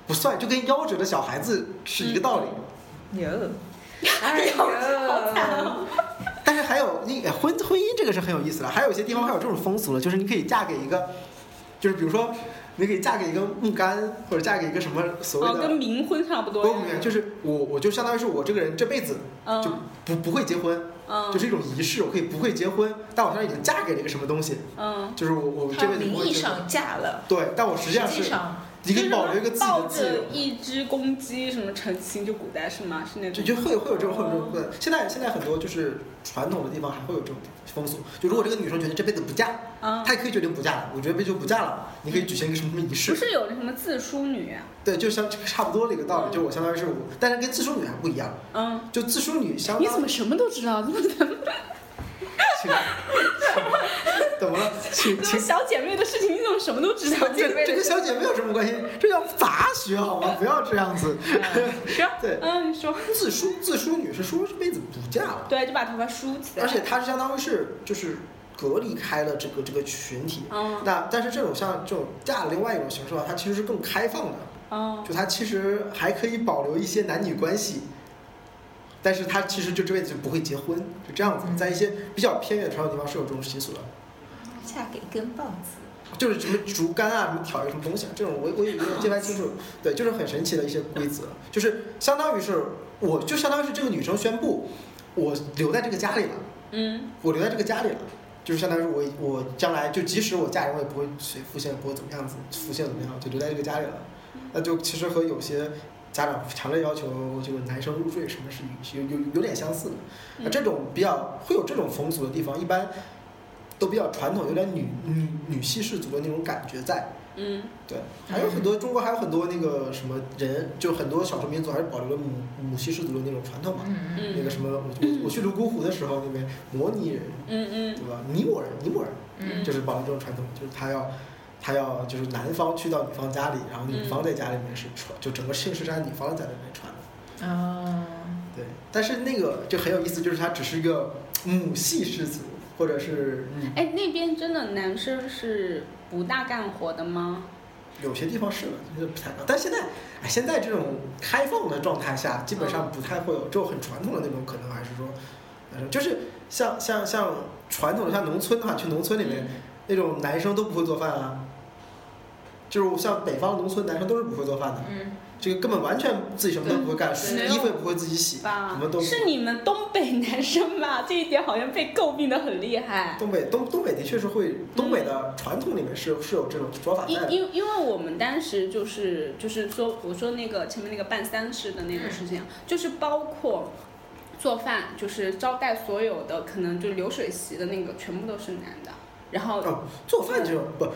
Speaker 2: 不算，就跟夭折的小孩子是一个道理。
Speaker 3: 嗯
Speaker 1: 有， <laughs> 哎呦，好惨哦！
Speaker 2: 但是还有一哎婚婚姻这个是很有意思的，还有一些地方还有这种风俗了，就是你可以嫁给一个，就是比如说你可以嫁给一个木杆，或者嫁给一个什么所
Speaker 3: 哦，
Speaker 2: 谓
Speaker 3: 跟
Speaker 2: 的
Speaker 3: 冥婚差不多呀，
Speaker 2: 公务员，就是我我就相当于是我这个人这辈子就
Speaker 3: 嗯
Speaker 2: 不不会结婚，
Speaker 3: 嗯，
Speaker 2: 就是一种仪式，我可以不会结婚，但我相当于已经嫁给了一个什么东西，
Speaker 3: 嗯，
Speaker 2: 就是我我
Speaker 1: 他
Speaker 2: 这辈子
Speaker 1: 名
Speaker 2: 不会
Speaker 1: 义
Speaker 2: 结婚。
Speaker 1: 上嫁了，
Speaker 2: 对，但我实际上
Speaker 1: 实际
Speaker 2: 是
Speaker 1: 上
Speaker 2: 你可以保留一个
Speaker 3: 就
Speaker 2: 自己
Speaker 3: 是抱
Speaker 2: 的自
Speaker 3: 着
Speaker 2: 由。
Speaker 3: 一只公鸡什么成亲，就古代是吗？是那
Speaker 2: 就
Speaker 3: 种
Speaker 2: 就会有会有这种会有这种会有，现在现在很多就是传统的地方还会有这种风俗，就如果这个女生决定这辈子不嫁，
Speaker 3: 嗯，
Speaker 2: 她也可以决定不嫁了，我觉得就不嫁了。你可以举行一个什么什么仪
Speaker 3: 不
Speaker 2: 式，
Speaker 3: 是有什么自梳女啊，
Speaker 2: 对，就像这个差不多的一个道理，
Speaker 3: 嗯
Speaker 2: 就我相当于是我，但是跟自梳女还不一样，
Speaker 3: 嗯，
Speaker 2: 就自梳女相
Speaker 3: 你
Speaker 2: 当
Speaker 3: 怎么什么都知道？怎么怎么 <laughs>
Speaker 2: 请怎么了？请
Speaker 3: 怎么
Speaker 2: 请
Speaker 3: 小姐妹的事情你怎么什么都知道？
Speaker 2: 这个这跟小姐妹有什么关系？这叫杂学好吗？不要这样子。
Speaker 3: 是，
Speaker 2: 对，
Speaker 3: 嗯，你说
Speaker 2: 自梳自梳女是说这辈子不嫁了，
Speaker 3: 对，就把头发梳起来，
Speaker 2: 而且她是相当于是就是隔离开了这个这个群体。
Speaker 3: 嗯
Speaker 2: 那但是这种像这种嫁了另外一种形式吧，它其实是更开放的，
Speaker 3: 嗯
Speaker 2: 就它其实还可以保留一些男女关系，但是它其实就这辈子就不会结婚，就这样子。
Speaker 1: 嗯
Speaker 2: 在一些比较偏远传统地方是有这种习俗的，
Speaker 1: 嫁给一根棒子，
Speaker 2: 就是什么竹竿啊，什么挑一个什么东西啊，这种我我也没有记不太清楚。对，就是很神奇的一些规则，就是相当于是我就相当于是这个女生宣布，我留在这个家里了，
Speaker 3: 嗯
Speaker 2: 我留在这个家里了。就是相当于是我我将来就即使我嫁人，我也不会随父姓，不会怎么样子，父姓怎么样，就留在这个家里了。那就其实和有些家长强烈要求这个男生入赘什么是有有有点相似的。那
Speaker 3: 嗯
Speaker 2: 这种比较会有这种风俗的地方，一般都比较传统，有点女女女系氏族的那种感觉在。
Speaker 3: 嗯
Speaker 2: 对，还有很多中国还有很多那个什么人，就很多少数民族还是保留了母母系氏族的那种传统嘛。
Speaker 1: 嗯
Speaker 2: 那个
Speaker 3: 嗯
Speaker 2: 什么，我我我去泸沽湖的时候，那边模拟人
Speaker 3: 嗯
Speaker 2: 对吧？尼泊尔人，尼泊尔人
Speaker 1: 嗯
Speaker 2: 就是保留这种传统，就是他要他要就是男方去到女方家里，然后女方在家里面是传，就整个姓氏是按女方在里面传的。
Speaker 1: 啊，
Speaker 2: 对，但是那个就很有意思，就是它只是一个母系氏族，或者是
Speaker 3: 嗯，哎，那边真的男生是不大干活的吗？
Speaker 2: 有些地方是的，就是不太高。但现在，哎，现在这种开放的状态下，基本上不太会有，就很传统的那种，可能还是说，呃就是像像像传统的像农村的话，去农村里面、那种男生都不会做饭啊，就是像北方农村男生都是不会做饭的，
Speaker 1: 嗯，
Speaker 2: 这个根本完全自己什么都不会干，
Speaker 3: 对
Speaker 2: 衣服也不会自己洗，什
Speaker 3: 吧
Speaker 2: 么都，不
Speaker 3: 是
Speaker 2: 会。
Speaker 3: 你们东北男生吧？ <laughs> 这一点好像被诟病的很厉害。
Speaker 2: 东北东东北的确是会，东北
Speaker 3: 嗯
Speaker 2: 的传统里面是是有这种说法
Speaker 3: 因
Speaker 2: 在的。
Speaker 3: 因因为我们当时就是就是说，我说那个前面那个办丧事的那个事情，就是包括做饭，就是招待所有的，可能就流水席的那个全部都是男的，然后
Speaker 2: 哦，做饭这种不，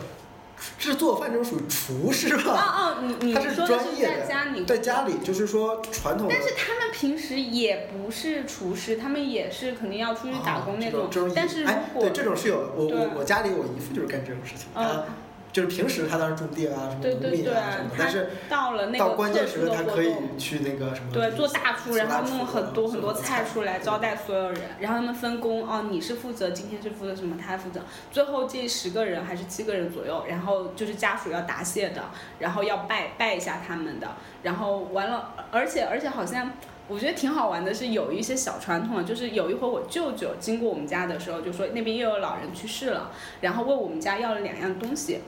Speaker 2: 是做饭这种属于厨师吧？
Speaker 3: 哦哦，你你
Speaker 2: 他是
Speaker 3: 说的
Speaker 2: 专
Speaker 3: 是
Speaker 2: 业
Speaker 3: 在
Speaker 2: 的，
Speaker 3: 家里，
Speaker 2: 在家里就是说传统的
Speaker 3: 但是他们平时也不是厨师，他们也是肯定要出去打工那
Speaker 2: 啊这种这种
Speaker 3: 但是如
Speaker 2: 哎，
Speaker 3: 果
Speaker 2: 对这种是有的我
Speaker 3: 对
Speaker 2: 我我家里我姨父就是干这种事情，
Speaker 3: 嗯
Speaker 2: 他就是平时他当然种地啊，什么
Speaker 3: 对
Speaker 2: 农
Speaker 3: 对
Speaker 2: 民
Speaker 3: 对
Speaker 2: 啊什么，但是
Speaker 3: 到了那
Speaker 2: 到
Speaker 3: 个
Speaker 2: 关
Speaker 3: 特
Speaker 2: 键时
Speaker 3: 殊
Speaker 2: 刻
Speaker 3: 的
Speaker 2: 他
Speaker 3: 活
Speaker 2: 可以
Speaker 3: 动。
Speaker 2: 去那个什么，
Speaker 3: 对，做大厨，
Speaker 2: 做
Speaker 3: 然
Speaker 2: 大
Speaker 3: 后弄
Speaker 2: 厨
Speaker 3: 很多很多
Speaker 2: 做菜
Speaker 3: 菜出来招待所有人，然后他们分工哦，你是负责今天是负责什么，他负责，最后这十个人还是七个人左右，然后就是家属要答谢的，然后要拜拜一下他们的，然后完了，而且而且好像。我觉得挺好玩的是有一些小传统啊，就是有一回我舅舅经过我们家的时候，就说那边又有老人去世了，然后问我们家要了两样东西，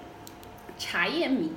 Speaker 3: 茶叶米，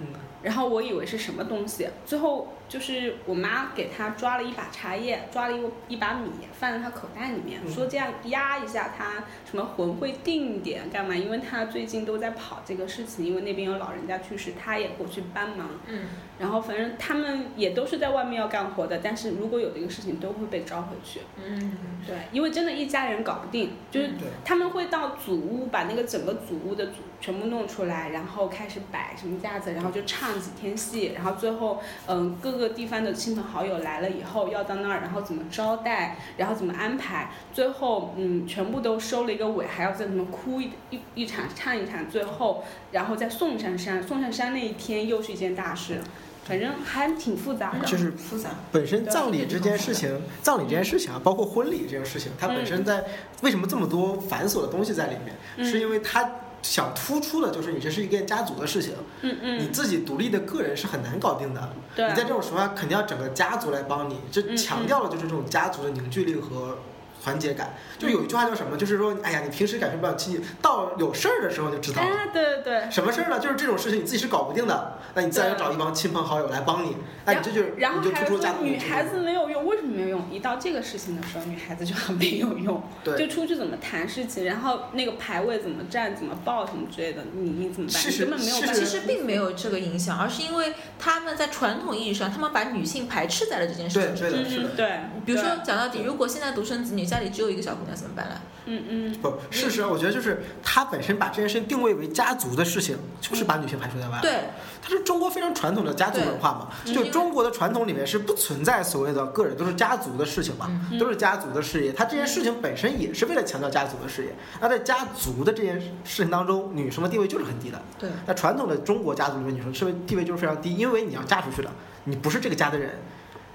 Speaker 2: 嗯，
Speaker 3: 然后我以为是什么东西，最后就是我妈给他抓了一把茶叶，抓了一一把米，放在他口袋里面，
Speaker 2: 嗯
Speaker 3: 说这样压一下他什么魂会定一点，干嘛？因为他最近都在跑这个事情，因为那边有老人家去世，他也过去帮忙。
Speaker 1: 嗯，
Speaker 3: 然后反正他们也都是在外面要干活的，但是如果有这个事情，都会被招回去。
Speaker 1: 嗯，
Speaker 3: 对，因为真的一家人搞不定，就是
Speaker 2: 对
Speaker 3: 他们会到祖屋把那个整个祖屋的祖全部弄出来，然后开始摆什么架子，然后就唱几天戏，然后最后嗯各个地方的亲朋好友来了以后要到那儿，然后怎么招待，然后怎么安排，最后嗯全部都收了一个尾，还要在什么哭一一一场唱一场，最后然后再送上山，送上山那一天又是一件大事，反正还挺复杂的。
Speaker 2: 就是
Speaker 1: 复杂，
Speaker 2: 本身葬礼这件事
Speaker 3: 嗯
Speaker 2: 情，葬礼这件事情啊，包括婚礼这件事情，它本身在为什么这么多繁琐的东西在里面，
Speaker 3: 嗯
Speaker 2: 是因为它想突出的就是你这是一件家族的事情，
Speaker 3: 嗯
Speaker 2: 你
Speaker 3: 嗯，
Speaker 2: 自己独立的个人是很难搞定的。
Speaker 3: 对啊
Speaker 2: 你在这种情况下，肯定要整个家族来帮你，这
Speaker 3: 嗯
Speaker 2: 强调了就是这种家族的凝聚力和团结感。
Speaker 3: 嗯
Speaker 2: 就有一句话叫什么？就是说，哎呀，你平时感受不了亲戚，到有事儿的时候就知道了。
Speaker 3: 哎对对对。
Speaker 2: 什么事儿呢？就是这种事情你自己是搞不定的，那你自然要
Speaker 3: 对
Speaker 2: 找一帮亲朋好友来帮你。哎，你这就是
Speaker 3: 然后
Speaker 2: 你就
Speaker 3: 还
Speaker 2: 突出
Speaker 3: 有
Speaker 2: 了
Speaker 3: 说
Speaker 2: 家族凝
Speaker 3: 女
Speaker 2: 聚力
Speaker 3: 孩子没有用，为什么没有用？一到这个事情的时候，女孩子就很没有用，就
Speaker 2: <laughs> 对。
Speaker 3: 出去怎么谈事情，然后那个排位怎么站、怎么报什么之类的，你你怎么办？
Speaker 2: 事
Speaker 3: 你
Speaker 2: 实
Speaker 3: 根本没有
Speaker 2: 事
Speaker 3: 办法。
Speaker 1: 其实并没有这个影响，而是因为他们在传统意义上，他们把女性排斥在了这件事
Speaker 2: 对，
Speaker 1: 情上。
Speaker 2: 对的，是
Speaker 3: 嗯
Speaker 2: 的
Speaker 3: 嗯，，对，
Speaker 1: 比如说
Speaker 3: 对，
Speaker 1: 讲到底，如果现在独生子女家里只有一个小姑娘怎么办呢？
Speaker 3: 嗯嗯，
Speaker 2: 不，事实啊，我觉得就是他本身把这件事情定位为家族的事情，就是把女性排除在外。，
Speaker 1: 对，
Speaker 2: 它是中国非常传统的家族文化嘛，
Speaker 1: 对
Speaker 3: 嗯
Speaker 2: 就中国的传统里面是不存在所谓的个人，都是家族的事情嘛，
Speaker 1: 嗯
Speaker 2: 都是家族的事业。它这件事情本身也是为了强调家族的事业。那在家族的这件事情当中，女生的地位就是很低的。
Speaker 1: 对，
Speaker 2: 在传统的中国家族里面，女生地位地位就是非常低，因为你要嫁出去了，你不是这个家的人，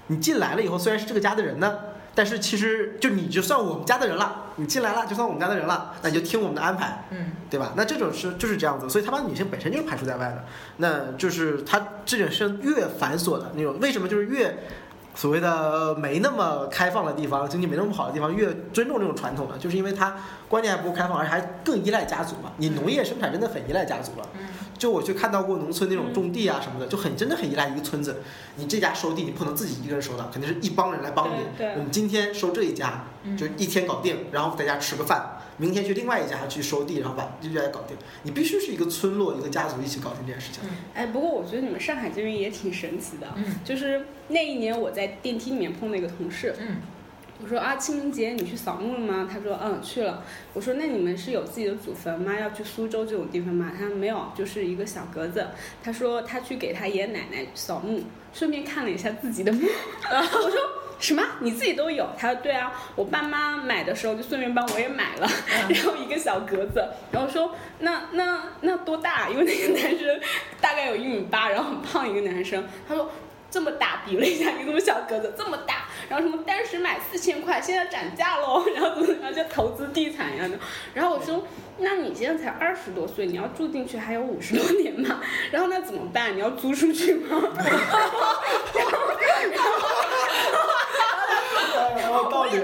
Speaker 2: 你进来了以后虽然是这个家的人呢，但是其实就你就算我们家的人了，你进来了就算我们家的人了，那你就听我们的安排。
Speaker 1: 嗯，
Speaker 2: 对吧？那这种是就是这样子，所以他把女性本身就是排除在外的。那就是他这种是越繁琐的那种，为什么就是越所谓的没那么开放的地方，经济没那么好的地方，越尊重这种传统呢？就是因为它观念还不够开放，而且还更依赖家族嘛。你农业生产真的很依赖家族啊了。
Speaker 1: 嗯
Speaker 2: 就我去看到过农村那种种地啊什
Speaker 3: 嗯
Speaker 2: 么的，就很真的很依赖一个村子。你这家收地，你不能自己一个人收的，肯定是一帮人来帮你。嗯
Speaker 3: 对对
Speaker 2: 我们今天收这一家，
Speaker 1: 嗯
Speaker 2: 就一天搞定，然后在家吃个饭，明天去另外一家去收地，然后把这家搞定。你必须是一个村落、一个家族一起搞定这件事情。
Speaker 3: 哎，不过我觉得你们上海这边也挺神奇的，
Speaker 1: 嗯
Speaker 3: 就是那一年我在电梯里面碰到一个同事，
Speaker 1: 嗯
Speaker 3: 我说啊，清明节你去扫墓了吗？他说嗯去了。我说那你们是有自己的祖坟吗？要去苏州这种地方吗？他说没有，就是一个小格子。他说他去给他爷爷奶奶扫墓，顺便看了一下自己的墓。 <laughs> 我说什么？你自己都有？他说对啊，我爸妈买的时候就顺便帮我也买了， <laughs> 然后一个小格子。然后我说那那那多大？因为那个男生大概有一米八，然后很胖一个男生。他说这么大，比了一下，你怎么小格子这么大？然后什么当时买四千块，现在涨价喽， <laughs> 然后怎么怎么样，就投资地产一样的。然后我说，那你现在才二十多岁，你要住进去还有五十多年嘛？ <laughs> 然后那怎么办？你要租出去吗？
Speaker 2: 然后道
Speaker 3: 我
Speaker 2: 理
Speaker 3: 也，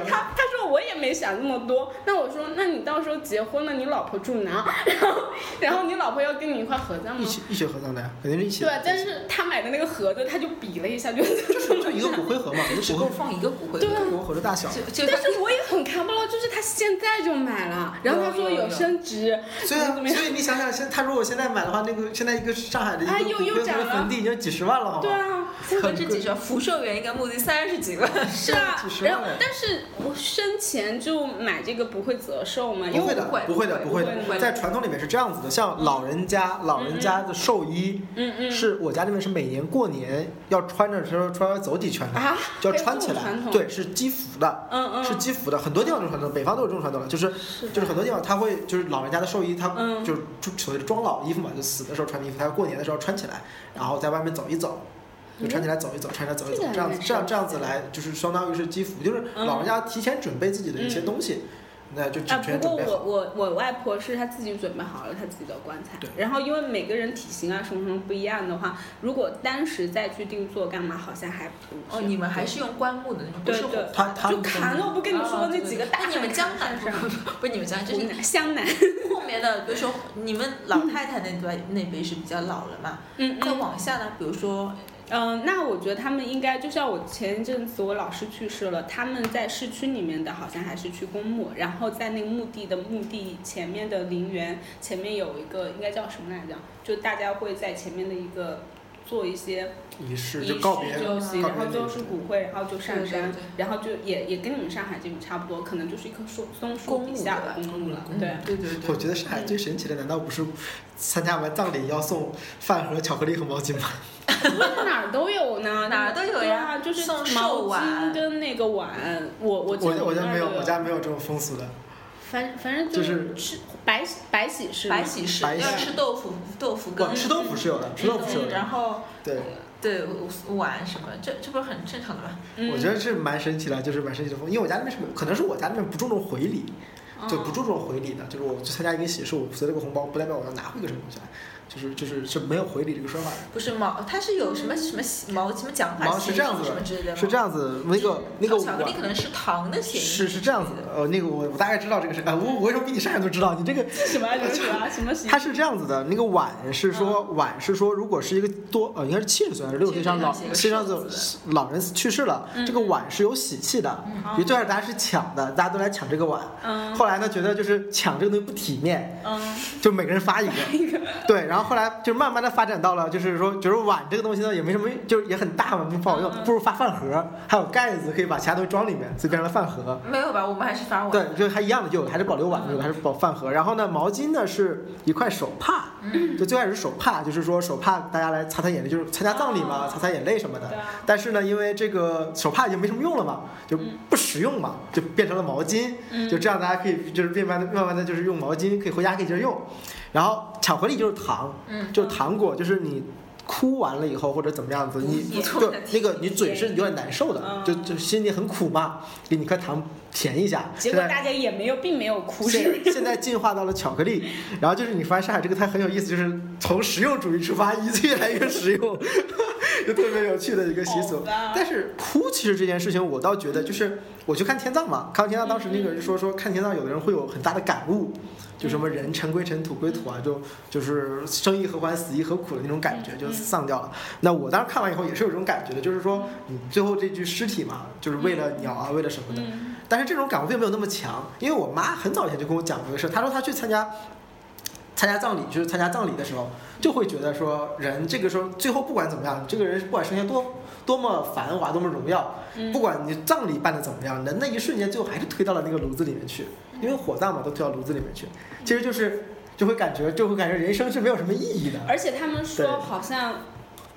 Speaker 3: <laughs> 他他说我也没想那么多。那我说，那你到时候结婚了，你老婆住哪？ <laughs> 然后然后你老婆要跟你一块合葬
Speaker 2: 一
Speaker 3: 吗？
Speaker 2: 起一起合葬的呀，肯定是一起
Speaker 3: 对啊
Speaker 2: 的。，
Speaker 3: 但是他买的那个盒子，他就比了一下，就
Speaker 2: 就是就一个骨灰盒嘛，一
Speaker 1: 只
Speaker 2: 个骨
Speaker 1: 够
Speaker 2: 灰
Speaker 1: 放一个骨灰
Speaker 3: 对
Speaker 1: 盒，
Speaker 3: 啊
Speaker 2: 骨灰盒的大小。
Speaker 1: 就就
Speaker 3: <laughs> 但是我也很看不到，就是他现在就买了，然后他说
Speaker 1: 有有有
Speaker 3: 有升值，
Speaker 2: 所以啊，所以你想想，现他如果现在买的话，那个现在一个上海的一
Speaker 3: 哎
Speaker 2: 个
Speaker 3: 又
Speaker 2: 骨
Speaker 3: 又
Speaker 2: 灰盒
Speaker 3: 涨
Speaker 2: 的
Speaker 3: 了
Speaker 2: 坟地已经几十万了，好
Speaker 3: 对
Speaker 2: 吗？
Speaker 3: 啊，
Speaker 1: 我们这几首福寿园一个墓地三十几万，
Speaker 3: <laughs> 是啊
Speaker 2: 几，十万
Speaker 3: 然后但是我生前就买这个不会折寿吗？啊因
Speaker 2: 不
Speaker 3: 为
Speaker 2: 会
Speaker 1: 不会
Speaker 2: 的，不会的，
Speaker 1: 不会
Speaker 2: 不会
Speaker 1: 不会
Speaker 2: 的。在传统里面是这样子的，像老人家，老人家的寿衣
Speaker 3: 嗯嗯
Speaker 2: 是我家那边是每年过年要穿着说穿走几圈的，
Speaker 3: 啊，
Speaker 2: 就要穿起
Speaker 3: 还有
Speaker 2: 来
Speaker 3: 这种传，统
Speaker 2: 对，是积福的，
Speaker 3: 嗯嗯，
Speaker 2: 是积福的。很多地方都有传统，北方都有这种传统了，就是
Speaker 3: 是的
Speaker 2: 就是很多地方他会就是老人家的寿衣，他
Speaker 3: 嗯
Speaker 2: 就是就所谓的装老衣服嘛，就死的时候穿的衣服，他要过年的时候穿起来，然后在外面走一走。就穿起来走一走，穿起来走一走
Speaker 3: 嗯这
Speaker 2: 这样
Speaker 3: 个，
Speaker 2: 子
Speaker 3: 还，
Speaker 2: 这样
Speaker 3: 蛮
Speaker 2: 这样子来，就是相当于是积福，就是
Speaker 3: 嗯
Speaker 2: 老人家提前准备自己的一些
Speaker 3: 嗯
Speaker 2: 东西，那就
Speaker 3: 啊，
Speaker 2: 全
Speaker 3: 不
Speaker 2: 全准
Speaker 3: 过
Speaker 2: 备好。
Speaker 3: 我我我外婆是她自己准备好了她自己的棺材
Speaker 2: 对，
Speaker 3: 然后因为每个人体型啊什么什么不一样的话，如果当时再去定做干嘛，好像还不
Speaker 1: 哦，你们还是用棺木的那种，不
Speaker 3: 对
Speaker 1: 是火
Speaker 3: 对，
Speaker 2: 他他
Speaker 3: 就
Speaker 2: 们
Speaker 3: 砍了，我不跟你
Speaker 1: 哦
Speaker 3: 说那几个大
Speaker 1: 那你们江南不
Speaker 3: 上，
Speaker 1: 不是你们江南，就是
Speaker 3: 湘南，
Speaker 1: 后面的，比如说你们老太太那段那辈是比较老了嘛，
Speaker 3: 嗯
Speaker 1: 再
Speaker 3: 嗯
Speaker 1: 往下呢，比如说
Speaker 3: 嗯，那我觉得他们应该就像我前一阵子我老师去世了，他们在市区里面的好像还是去公墓，然后在那个墓地的墓地前面的陵园前面有一个应该叫什么来着？就大家会在前面的一个做一些。
Speaker 2: 仪式
Speaker 3: 仪
Speaker 2: 就
Speaker 3: 式
Speaker 2: 告别，
Speaker 3: 就行，
Speaker 2: 告
Speaker 3: 然
Speaker 2: 别
Speaker 3: 后
Speaker 2: 那
Speaker 3: 就
Speaker 2: 个
Speaker 3: 是骨灰，然后就上
Speaker 1: 对对
Speaker 3: 山
Speaker 1: 对，
Speaker 3: 然后就也也跟你们上海这种差不多，可能就是一棵松松树
Speaker 1: 公
Speaker 3: 底
Speaker 1: 墓
Speaker 3: 下
Speaker 1: 的
Speaker 3: 的公墓了
Speaker 1: 嗯，
Speaker 3: 对。 <laughs>
Speaker 1: 对对
Speaker 2: 我
Speaker 1: 对，
Speaker 2: 觉得上海最神奇的难道不是参加完葬礼要送饭盒、巧克力和毛巾吗？
Speaker 3: 不是哪儿都有呢，
Speaker 1: 哪儿都有呀
Speaker 3: 对啊，就是
Speaker 1: 送寿
Speaker 3: 毛
Speaker 1: 碗
Speaker 3: 巾跟那个碗，我我
Speaker 2: 我
Speaker 3: 记得
Speaker 2: 我家
Speaker 3: 们那儿
Speaker 2: 没有，
Speaker 3: 都
Speaker 2: 我家没有这种风俗的。
Speaker 3: 反反正
Speaker 2: 就是
Speaker 3: 吃白喜白喜事嘛，
Speaker 1: 白喜事
Speaker 2: 白喜
Speaker 1: 要吃豆腐，豆腐
Speaker 2: 不
Speaker 1: 羹，
Speaker 2: 吃豆腐是有的，吃
Speaker 1: 嗯
Speaker 2: 豆腐是有
Speaker 3: 嗯，
Speaker 2: 的。
Speaker 3: 然后
Speaker 2: 对，
Speaker 1: 对碗什么，这这不是很正常的吗？
Speaker 3: 嗯
Speaker 2: 我觉得是蛮神奇的，就是蛮神奇的风，因为我家那边是没有可能是我家那边不注重回礼，
Speaker 3: 哦
Speaker 2: 就不注重回礼的，就是我去参加一个喜事，我随了个红包，不代表我要拿回个什么东西来，就是就是是没有回礼这个说法的。
Speaker 1: 不是毛，它是有什么什么喜毛什么讲法，
Speaker 2: 毛是这样子的
Speaker 1: 什么之类的吗？
Speaker 2: 是这样子，那个那个
Speaker 1: 巧克力
Speaker 2: 碗
Speaker 1: 可能是糖的谐音，
Speaker 2: 是是这样子的，呃，那个我我大概知道这个是，啊，我我为什么比你上海都知道？你这个
Speaker 3: <laughs> 什么什么什么什么喜
Speaker 2: 它是这样子的，那个碗是说、碗是说，如果是一个多呃，应该是七十岁还是六十岁以上老
Speaker 1: 70岁
Speaker 2: 七十岁老人去世了，
Speaker 3: 嗯
Speaker 2: 这个碗是有喜气的。
Speaker 3: 嗯
Speaker 2: 因为最开始大家是抢的，大家都来抢这个碗。
Speaker 3: 嗯
Speaker 2: 后来呢，觉得就是抢这个东西不体面，
Speaker 3: 嗯
Speaker 2: 就每个人发一个。对，然后后来就慢慢的发展到了，就是说，就是碗这个东西呢也没什么，就是也很大嘛，不好用
Speaker 3: 嗯，嗯
Speaker 2: 不如发饭盒，还有盖子可以把其他东西装里面，所以变成了饭盒。
Speaker 1: 没有吧？我们还是发碗，
Speaker 2: 对，就还一样的，就有的还是保留碗，有的还是保饭盒。然后呢，毛巾呢是一块手帕，
Speaker 1: 嗯
Speaker 2: 就最开始是手帕，就是说手帕大家来擦擦眼泪，就是参加葬礼嘛，
Speaker 3: 哦
Speaker 2: 擦擦眼泪什么
Speaker 3: 对
Speaker 2: 的。
Speaker 3: 啊，
Speaker 2: 但是呢，因为这个手帕已经没什么用了嘛，就
Speaker 3: 嗯
Speaker 2: 不实用嘛，就变成了毛巾。
Speaker 3: 嗯
Speaker 2: 就这样，大家可以就是慢慢的、慢慢的就是用毛巾，可以回家可以接着用。然后巧克力就是糖，
Speaker 1: 嗯，
Speaker 2: 就是糖果，就是你哭完了以后或者怎么样子，你
Speaker 1: 不错
Speaker 2: 就那个你嘴是有点难受的
Speaker 3: 嗯，
Speaker 2: 就就心里很苦嘛，给你块糖填一下。
Speaker 3: 结
Speaker 2: 现
Speaker 3: 果
Speaker 2: 在
Speaker 3: 大家也没有，并没有哭
Speaker 2: 现
Speaker 3: 是
Speaker 2: 在现在进化到了巧克力，然后就是你发现上哎海这个它很有意思，就是从实用主义出发，一越来越实用， <laughs> 就特别有趣的一个习
Speaker 3: 好
Speaker 2: 俗。
Speaker 3: 吧
Speaker 2: 但是哭其实这件事情，我倒觉得就是我去看天葬嘛，看完天葬当时那个
Speaker 3: 嗯
Speaker 2: 人说说看天葬，有的人会有很大的感悟。就什么人尘归尘，土归土啊，就就是生亦何欢，死亦何苦的那种感觉，
Speaker 3: 嗯
Speaker 2: 就
Speaker 3: 嗯
Speaker 2: 丧掉了。那我当时看完以后也是有这种感觉的，就是说你最后这具尸体嘛，就是为了鸟啊，为了什么的，
Speaker 3: 嗯
Speaker 2: 但是这种感悟并没有那么强，因为我妈很早以前就跟我讲过一个事儿，她说她去参加参加葬礼，就是参加葬礼的时候，就会觉得说人这个时候最后不管怎么样，这个人不管生前多多么繁华，多么荣耀，
Speaker 3: 嗯
Speaker 2: 不管你葬礼办的怎么样，人那一瞬间最后还是推到了那个炉子里面去，因为火葬嘛，都推到炉子里面去，其实就是就会感觉就会感觉人生是没有什么意义的。
Speaker 3: 而且他们
Speaker 2: 对
Speaker 3: 说好像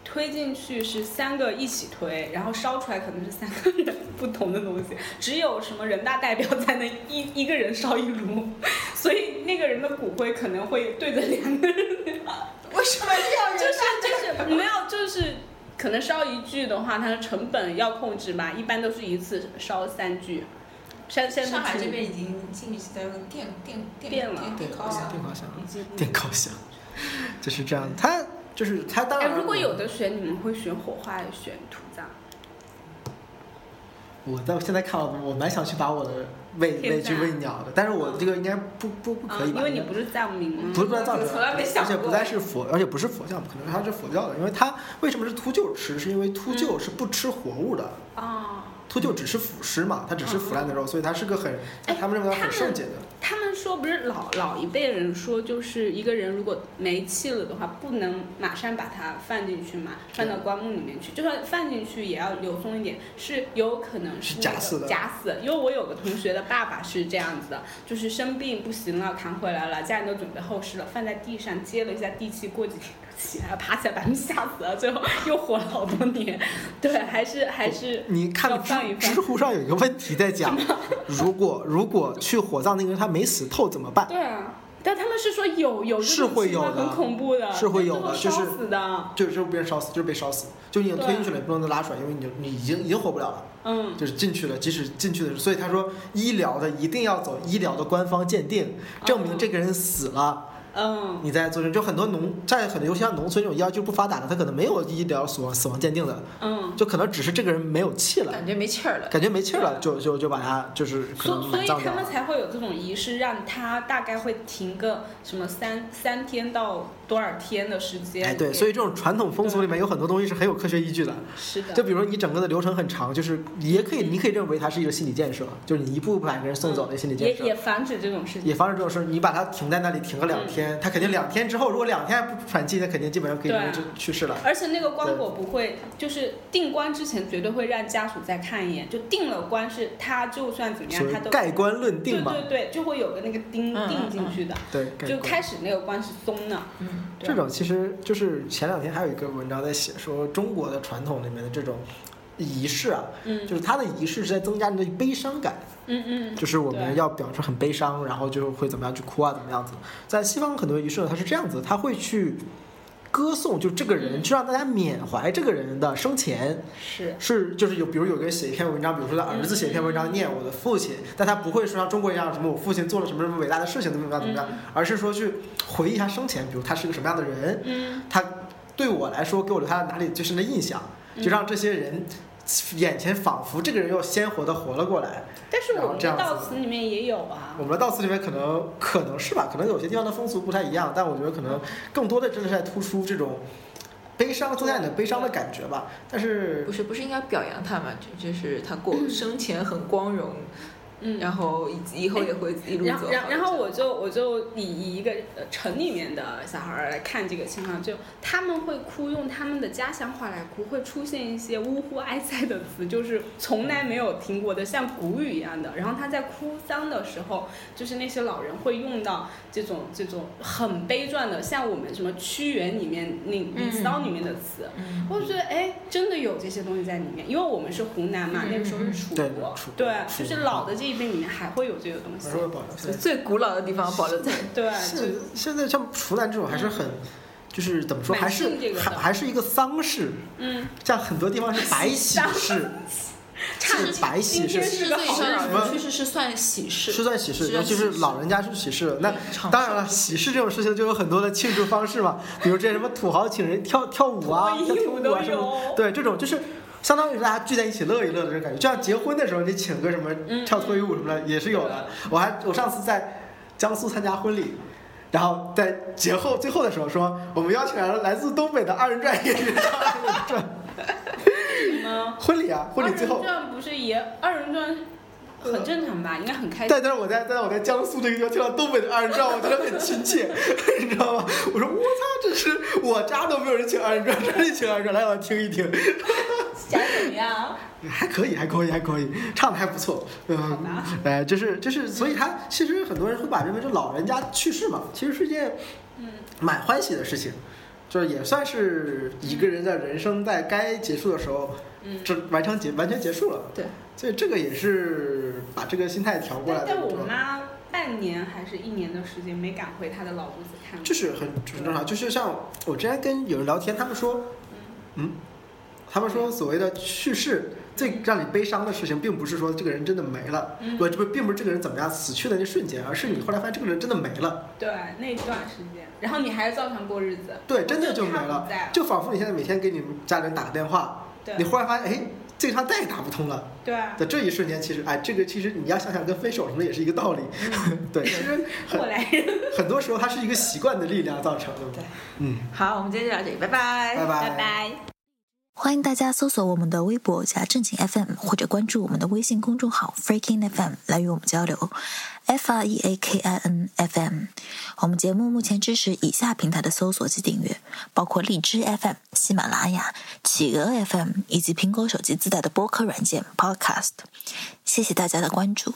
Speaker 3: 推进去是三个一起推，然后烧出来可能是三个人不同的东西，只有什么人大代表才能一一个人烧一炉，所以那个人的骨灰可能会对着两个人，
Speaker 1: <laughs> 为什么要
Speaker 3: 就是就是 <laughs> 没有就是。可能烧一具的话，它的成本要控制吧，一般都是一次烧三具。山山
Speaker 1: 上海这边已经进去在用电电电
Speaker 3: 电了
Speaker 1: 电烤箱，
Speaker 2: 电烤箱，
Speaker 3: 已经
Speaker 2: 电
Speaker 1: 嗯
Speaker 2: 烤箱，就是这样。他就是他当
Speaker 3: 哎，
Speaker 2: 然，
Speaker 3: 如果有的选，你们会选火化还是选土葬？
Speaker 2: 我到现在看了，我蛮想去把我的喂
Speaker 3: 天
Speaker 2: 喂去
Speaker 3: 哪
Speaker 2: 喂鸟的，但是我这个应该不不不可以
Speaker 3: 啊，
Speaker 2: 吧？
Speaker 3: 因为你不是藏民吗？
Speaker 2: 不是不在藏
Speaker 1: 我
Speaker 2: 传，
Speaker 1: 从来没想
Speaker 2: 而且不
Speaker 1: 过
Speaker 2: 再是佛，而且不是佛教，可能它是佛教的，因为它为什么是秃鹫吃，是因为秃鹫是不吃活物的，
Speaker 3: 嗯哦，
Speaker 2: 秃鹫只吃腐尸嘛，它只吃腐烂的肉，所以它是个很
Speaker 3: 哎
Speaker 2: 他们认为它
Speaker 3: 他
Speaker 2: 很
Speaker 3: 们
Speaker 2: 圣洁的。
Speaker 3: 他们就是说，不是老老一辈人说，就是一个人如果没气了的话，不能马上把它放进去嘛，放到棺木里面去，就算放进去也要留松一点，是有可能
Speaker 2: 是
Speaker 3: 是
Speaker 2: 假
Speaker 3: 那个
Speaker 2: 死的
Speaker 3: 假死。因为我有个同学的爸爸是这样子的，就是生病不行了，扛回来了，家人都准备后事了，放在地上接了一下地气，过几天起来爬起来，把他们吓死了，最后又活了好多年。对，还是还是
Speaker 2: 你
Speaker 3: 要
Speaker 2: 看知
Speaker 3: 放一放
Speaker 2: 知乎上有一个问题在讲，如果如果去火葬那个人他没死透怎么办？
Speaker 3: 对啊。但他们是说有有这
Speaker 2: 是
Speaker 3: 种
Speaker 2: 会
Speaker 3: 情况
Speaker 2: 有的
Speaker 3: 很恐怖的，
Speaker 2: 是会有的
Speaker 3: 最后
Speaker 2: 就
Speaker 3: 烧
Speaker 2: 是
Speaker 3: 死的。
Speaker 2: 就是就是被人烧死，就是被烧死，就你已经推进去了，也不能再拉出来，因为你就你已经已经活不了了，
Speaker 3: 嗯，
Speaker 2: 就是进去了，即使进去的时候，所以他说医疗的一定要走医疗的官方鉴定，
Speaker 3: 哦
Speaker 2: 证明这个人死了，
Speaker 3: 嗯，
Speaker 2: 你再做就很多农在很多尤其像农村这种医疗就不发达的，他可能没有医疗死亡死亡鉴定的，
Speaker 3: 嗯，
Speaker 2: 就可能只是这个人没有气了，
Speaker 1: 感觉没气儿了。
Speaker 2: 感觉没气了，就就就把他就是可
Speaker 3: 所
Speaker 2: 能
Speaker 3: 所
Speaker 2: 埋
Speaker 3: 以
Speaker 2: 葬
Speaker 3: 他
Speaker 2: 掉
Speaker 3: 们
Speaker 2: 了。
Speaker 3: 才会有这种仪式，让他大概会停个什么三三天到多少天的时间。
Speaker 2: 哎，对，所以这种传统风俗里面有很多东西是很有科学依据的。
Speaker 3: 是的，
Speaker 2: 就比如说你整个的流程很长，就是也可以，你可以认为它是一个心理建设，就是你一步一步把一个人送走的心理
Speaker 3: 嗯也
Speaker 2: 建设
Speaker 3: 也。防止这种事情。
Speaker 2: 也防止这种事，你把它停在那里停个
Speaker 3: 嗯
Speaker 2: 两天，他肯定两天之后，如果两天还不喘气，他肯定基本上可以
Speaker 3: 对啊
Speaker 2: 就去世了。
Speaker 3: 而且那个棺椁不会，就是定棺之前绝对会让家属再看一眼，就定了棺是他就算怎么样
Speaker 2: 所以
Speaker 3: 他都
Speaker 2: 盖棺论
Speaker 3: 对
Speaker 2: 定嘛，
Speaker 3: 对对，就会有个那个钉
Speaker 1: 嗯
Speaker 3: 钉进
Speaker 1: 嗯
Speaker 3: 去的，
Speaker 2: 对，盖
Speaker 3: 就
Speaker 2: 棺
Speaker 3: 开始那个棺是松的，
Speaker 1: 嗯，
Speaker 3: 对
Speaker 2: 这种其实就是前两天还有一个文章在写说中国的传统里面的这种仪式啊，
Speaker 3: 嗯
Speaker 2: 就是它的仪式是在增加人的悲伤感，
Speaker 3: 嗯嗯，
Speaker 2: 就是我们
Speaker 3: 对
Speaker 2: 要表示很悲伤，然后就会怎么样去哭啊，怎么样子。在西方很多仪式呢，它是这样子，他会去歌颂，就这个人，
Speaker 3: 嗯
Speaker 2: 去让大家缅怀这个人的生前
Speaker 3: 是，
Speaker 2: 是，就是有，比如有个人写一篇文章，比如说他儿子写一篇文章念我的父亲，但他不会说像中国一样什么我父亲做了什么什么伟大的事情怎么样怎
Speaker 3: 嗯
Speaker 2: 么样，而是说去回忆他生前，比如他是个什么样的人，
Speaker 3: 嗯
Speaker 2: 他对我来说给我留下了哪里最深的印象，
Speaker 3: 嗯
Speaker 2: 就让这些人眼前仿佛这个人又鲜活的活了过来。
Speaker 3: 但是
Speaker 2: 然
Speaker 3: 我
Speaker 2: 后
Speaker 3: 们
Speaker 2: 这
Speaker 3: 的
Speaker 2: 样子
Speaker 3: 悼词里面也有啊
Speaker 2: 我，们的悼词里面可能可能是吧，可能有些地方的风俗不太一样，但我觉得可能更多的真的是在突出这种悲伤，增加你的悲伤的感觉吧。但是
Speaker 1: 不是不是应该表扬他嘛？就就是他过生前很光荣，
Speaker 3: 嗯，
Speaker 1: 然后以以后也会一路
Speaker 3: 然
Speaker 1: 走
Speaker 3: 后，
Speaker 1: 好。
Speaker 3: 然后然后我就我就以以一个呃城里面的小孩儿来看这个情况，就他们会哭，用他们的家乡话来哭，会出现一些呜呼哀哉的词，就是从来没有听过的，像古语一样的。然后他在哭丧的时候，就是那些老人会用到这种这种很悲壮的，像我们什么屈原里面那离骚里面的词。
Speaker 1: 嗯
Speaker 3: 我就觉得哎，真的有这些东西在里面，因为我们是湖南嘛，
Speaker 1: 嗯
Speaker 3: 那个时候是
Speaker 1: 嗯
Speaker 3: 楚
Speaker 2: 对
Speaker 3: 国
Speaker 2: 楚，
Speaker 3: 对，
Speaker 2: 楚
Speaker 3: 就是
Speaker 2: 国
Speaker 3: 老的这一辈里面还会有这个东西
Speaker 2: 还。是会保留下
Speaker 1: 就
Speaker 2: 来。
Speaker 1: 最古老的地方保留在。
Speaker 3: 对，
Speaker 2: 现
Speaker 3: 就
Speaker 2: 现在像湖南这种还是很，就是怎么说，还是
Speaker 3: 蛮信嗯这个的
Speaker 2: 还还是一个丧事，
Speaker 3: 嗯，
Speaker 2: 像很多地方是白喜
Speaker 3: 丧
Speaker 2: 事，
Speaker 1: 差
Speaker 2: 是白喜事
Speaker 3: 今 <laughs> 天，
Speaker 1: 之所以说老
Speaker 3: 是个好
Speaker 2: 人
Speaker 1: 人去世是算喜事，
Speaker 2: 是算喜事，
Speaker 1: 是
Speaker 2: 尤其是
Speaker 1: 喜事
Speaker 2: 老人家是喜事。那
Speaker 1: 长寿
Speaker 2: 当然了，喜事这种事情就有很多的庆祝方式嘛，比如这些什么土豪请人跳跳舞啊，
Speaker 3: 脱衣
Speaker 2: 跳
Speaker 3: 舞
Speaker 2: 舞
Speaker 3: 都
Speaker 2: 啊什么
Speaker 3: 有
Speaker 2: 的，对，这种就是。相当于是大家聚在一起乐一乐的这种感觉，就像结婚的时候你请个什么
Speaker 3: 嗯
Speaker 2: 跳脱衣舞什么的也是有的。我还我上次在江苏参加婚礼，然后在节后最后的时候说，我们邀请来了来自东北的二人 <laughs> 转演员。
Speaker 3: 吗？
Speaker 2: 婚礼啊，婚礼最后
Speaker 3: 二人转不是也二人转很正常吧？应该很开心。
Speaker 2: 但但是我在但是我在江苏这个地方听到东北的二人转，我觉得很亲切， <laughs> 你知道吗？我说我操，这是我家都没有人请二人转，这里请二人转，来我听一听，
Speaker 3: 想怎
Speaker 2: <laughs>
Speaker 3: 么样？
Speaker 2: 还可以，还可以，还可以，唱的还不错，
Speaker 3: 好
Speaker 2: 嗯，
Speaker 3: 吧，
Speaker 2: 哎，就是就是，所以他其实很多人会把认为这老人家去世嘛，其实是件
Speaker 3: 嗯
Speaker 2: 蛮欢喜的事情，就是也算是一个人的人生在该结束的时候，
Speaker 3: 嗯。
Speaker 2: 这完成结完全结束了，
Speaker 3: 对，
Speaker 2: 所以这个也是把这个心态调过来
Speaker 3: 但
Speaker 2: 的。
Speaker 3: 但
Speaker 2: 对
Speaker 3: 我
Speaker 2: 吧
Speaker 3: 妈半年还是一年的时间没敢回她的老屋子看过。
Speaker 2: 就是很很正常，就是像我之前跟有人聊天，他们说，嗯，他们说所谓的去世最让你悲伤的事情，并不是说这个人真的没了，
Speaker 3: 嗯
Speaker 2: 不，这不并不是这个人怎么样死去的那瞬间，而是你后来发现这个人真的没了，
Speaker 3: 对那段时间，然后你还照常过日子。
Speaker 2: 对，真的就
Speaker 3: 就
Speaker 2: 没
Speaker 3: 他不
Speaker 2: 了
Speaker 3: 在了，
Speaker 2: 就仿佛你现在每天给你们家里人打个电话，
Speaker 3: 对
Speaker 2: 你忽然发现，哎，这个电话再也打不通了。
Speaker 3: 对啊，
Speaker 2: 的这一瞬间，其实，哎，这个其实你要想想，跟分手什么的也是一个
Speaker 3: <laughs>
Speaker 2: 道理，对，其实
Speaker 3: 过来人。
Speaker 2: 很多时候它是一个习惯的力量造成的，
Speaker 3: 对，哎
Speaker 2: 嗯，
Speaker 1: 好，我们今天就到这里，拜拜
Speaker 2: 拜拜
Speaker 3: 拜。
Speaker 4: 欢迎大家搜索我们的微博加正经 FM，或者关注我们的微信公众号 Freaking FM 来与我们交流。F R E A K I N F M，我们节目目前支持以下平台的搜索及订阅，包括荔枝 FM、喜马拉雅、企鹅 FM 以及苹果手机自带的播客软件 Podcast。谢谢大家的关注。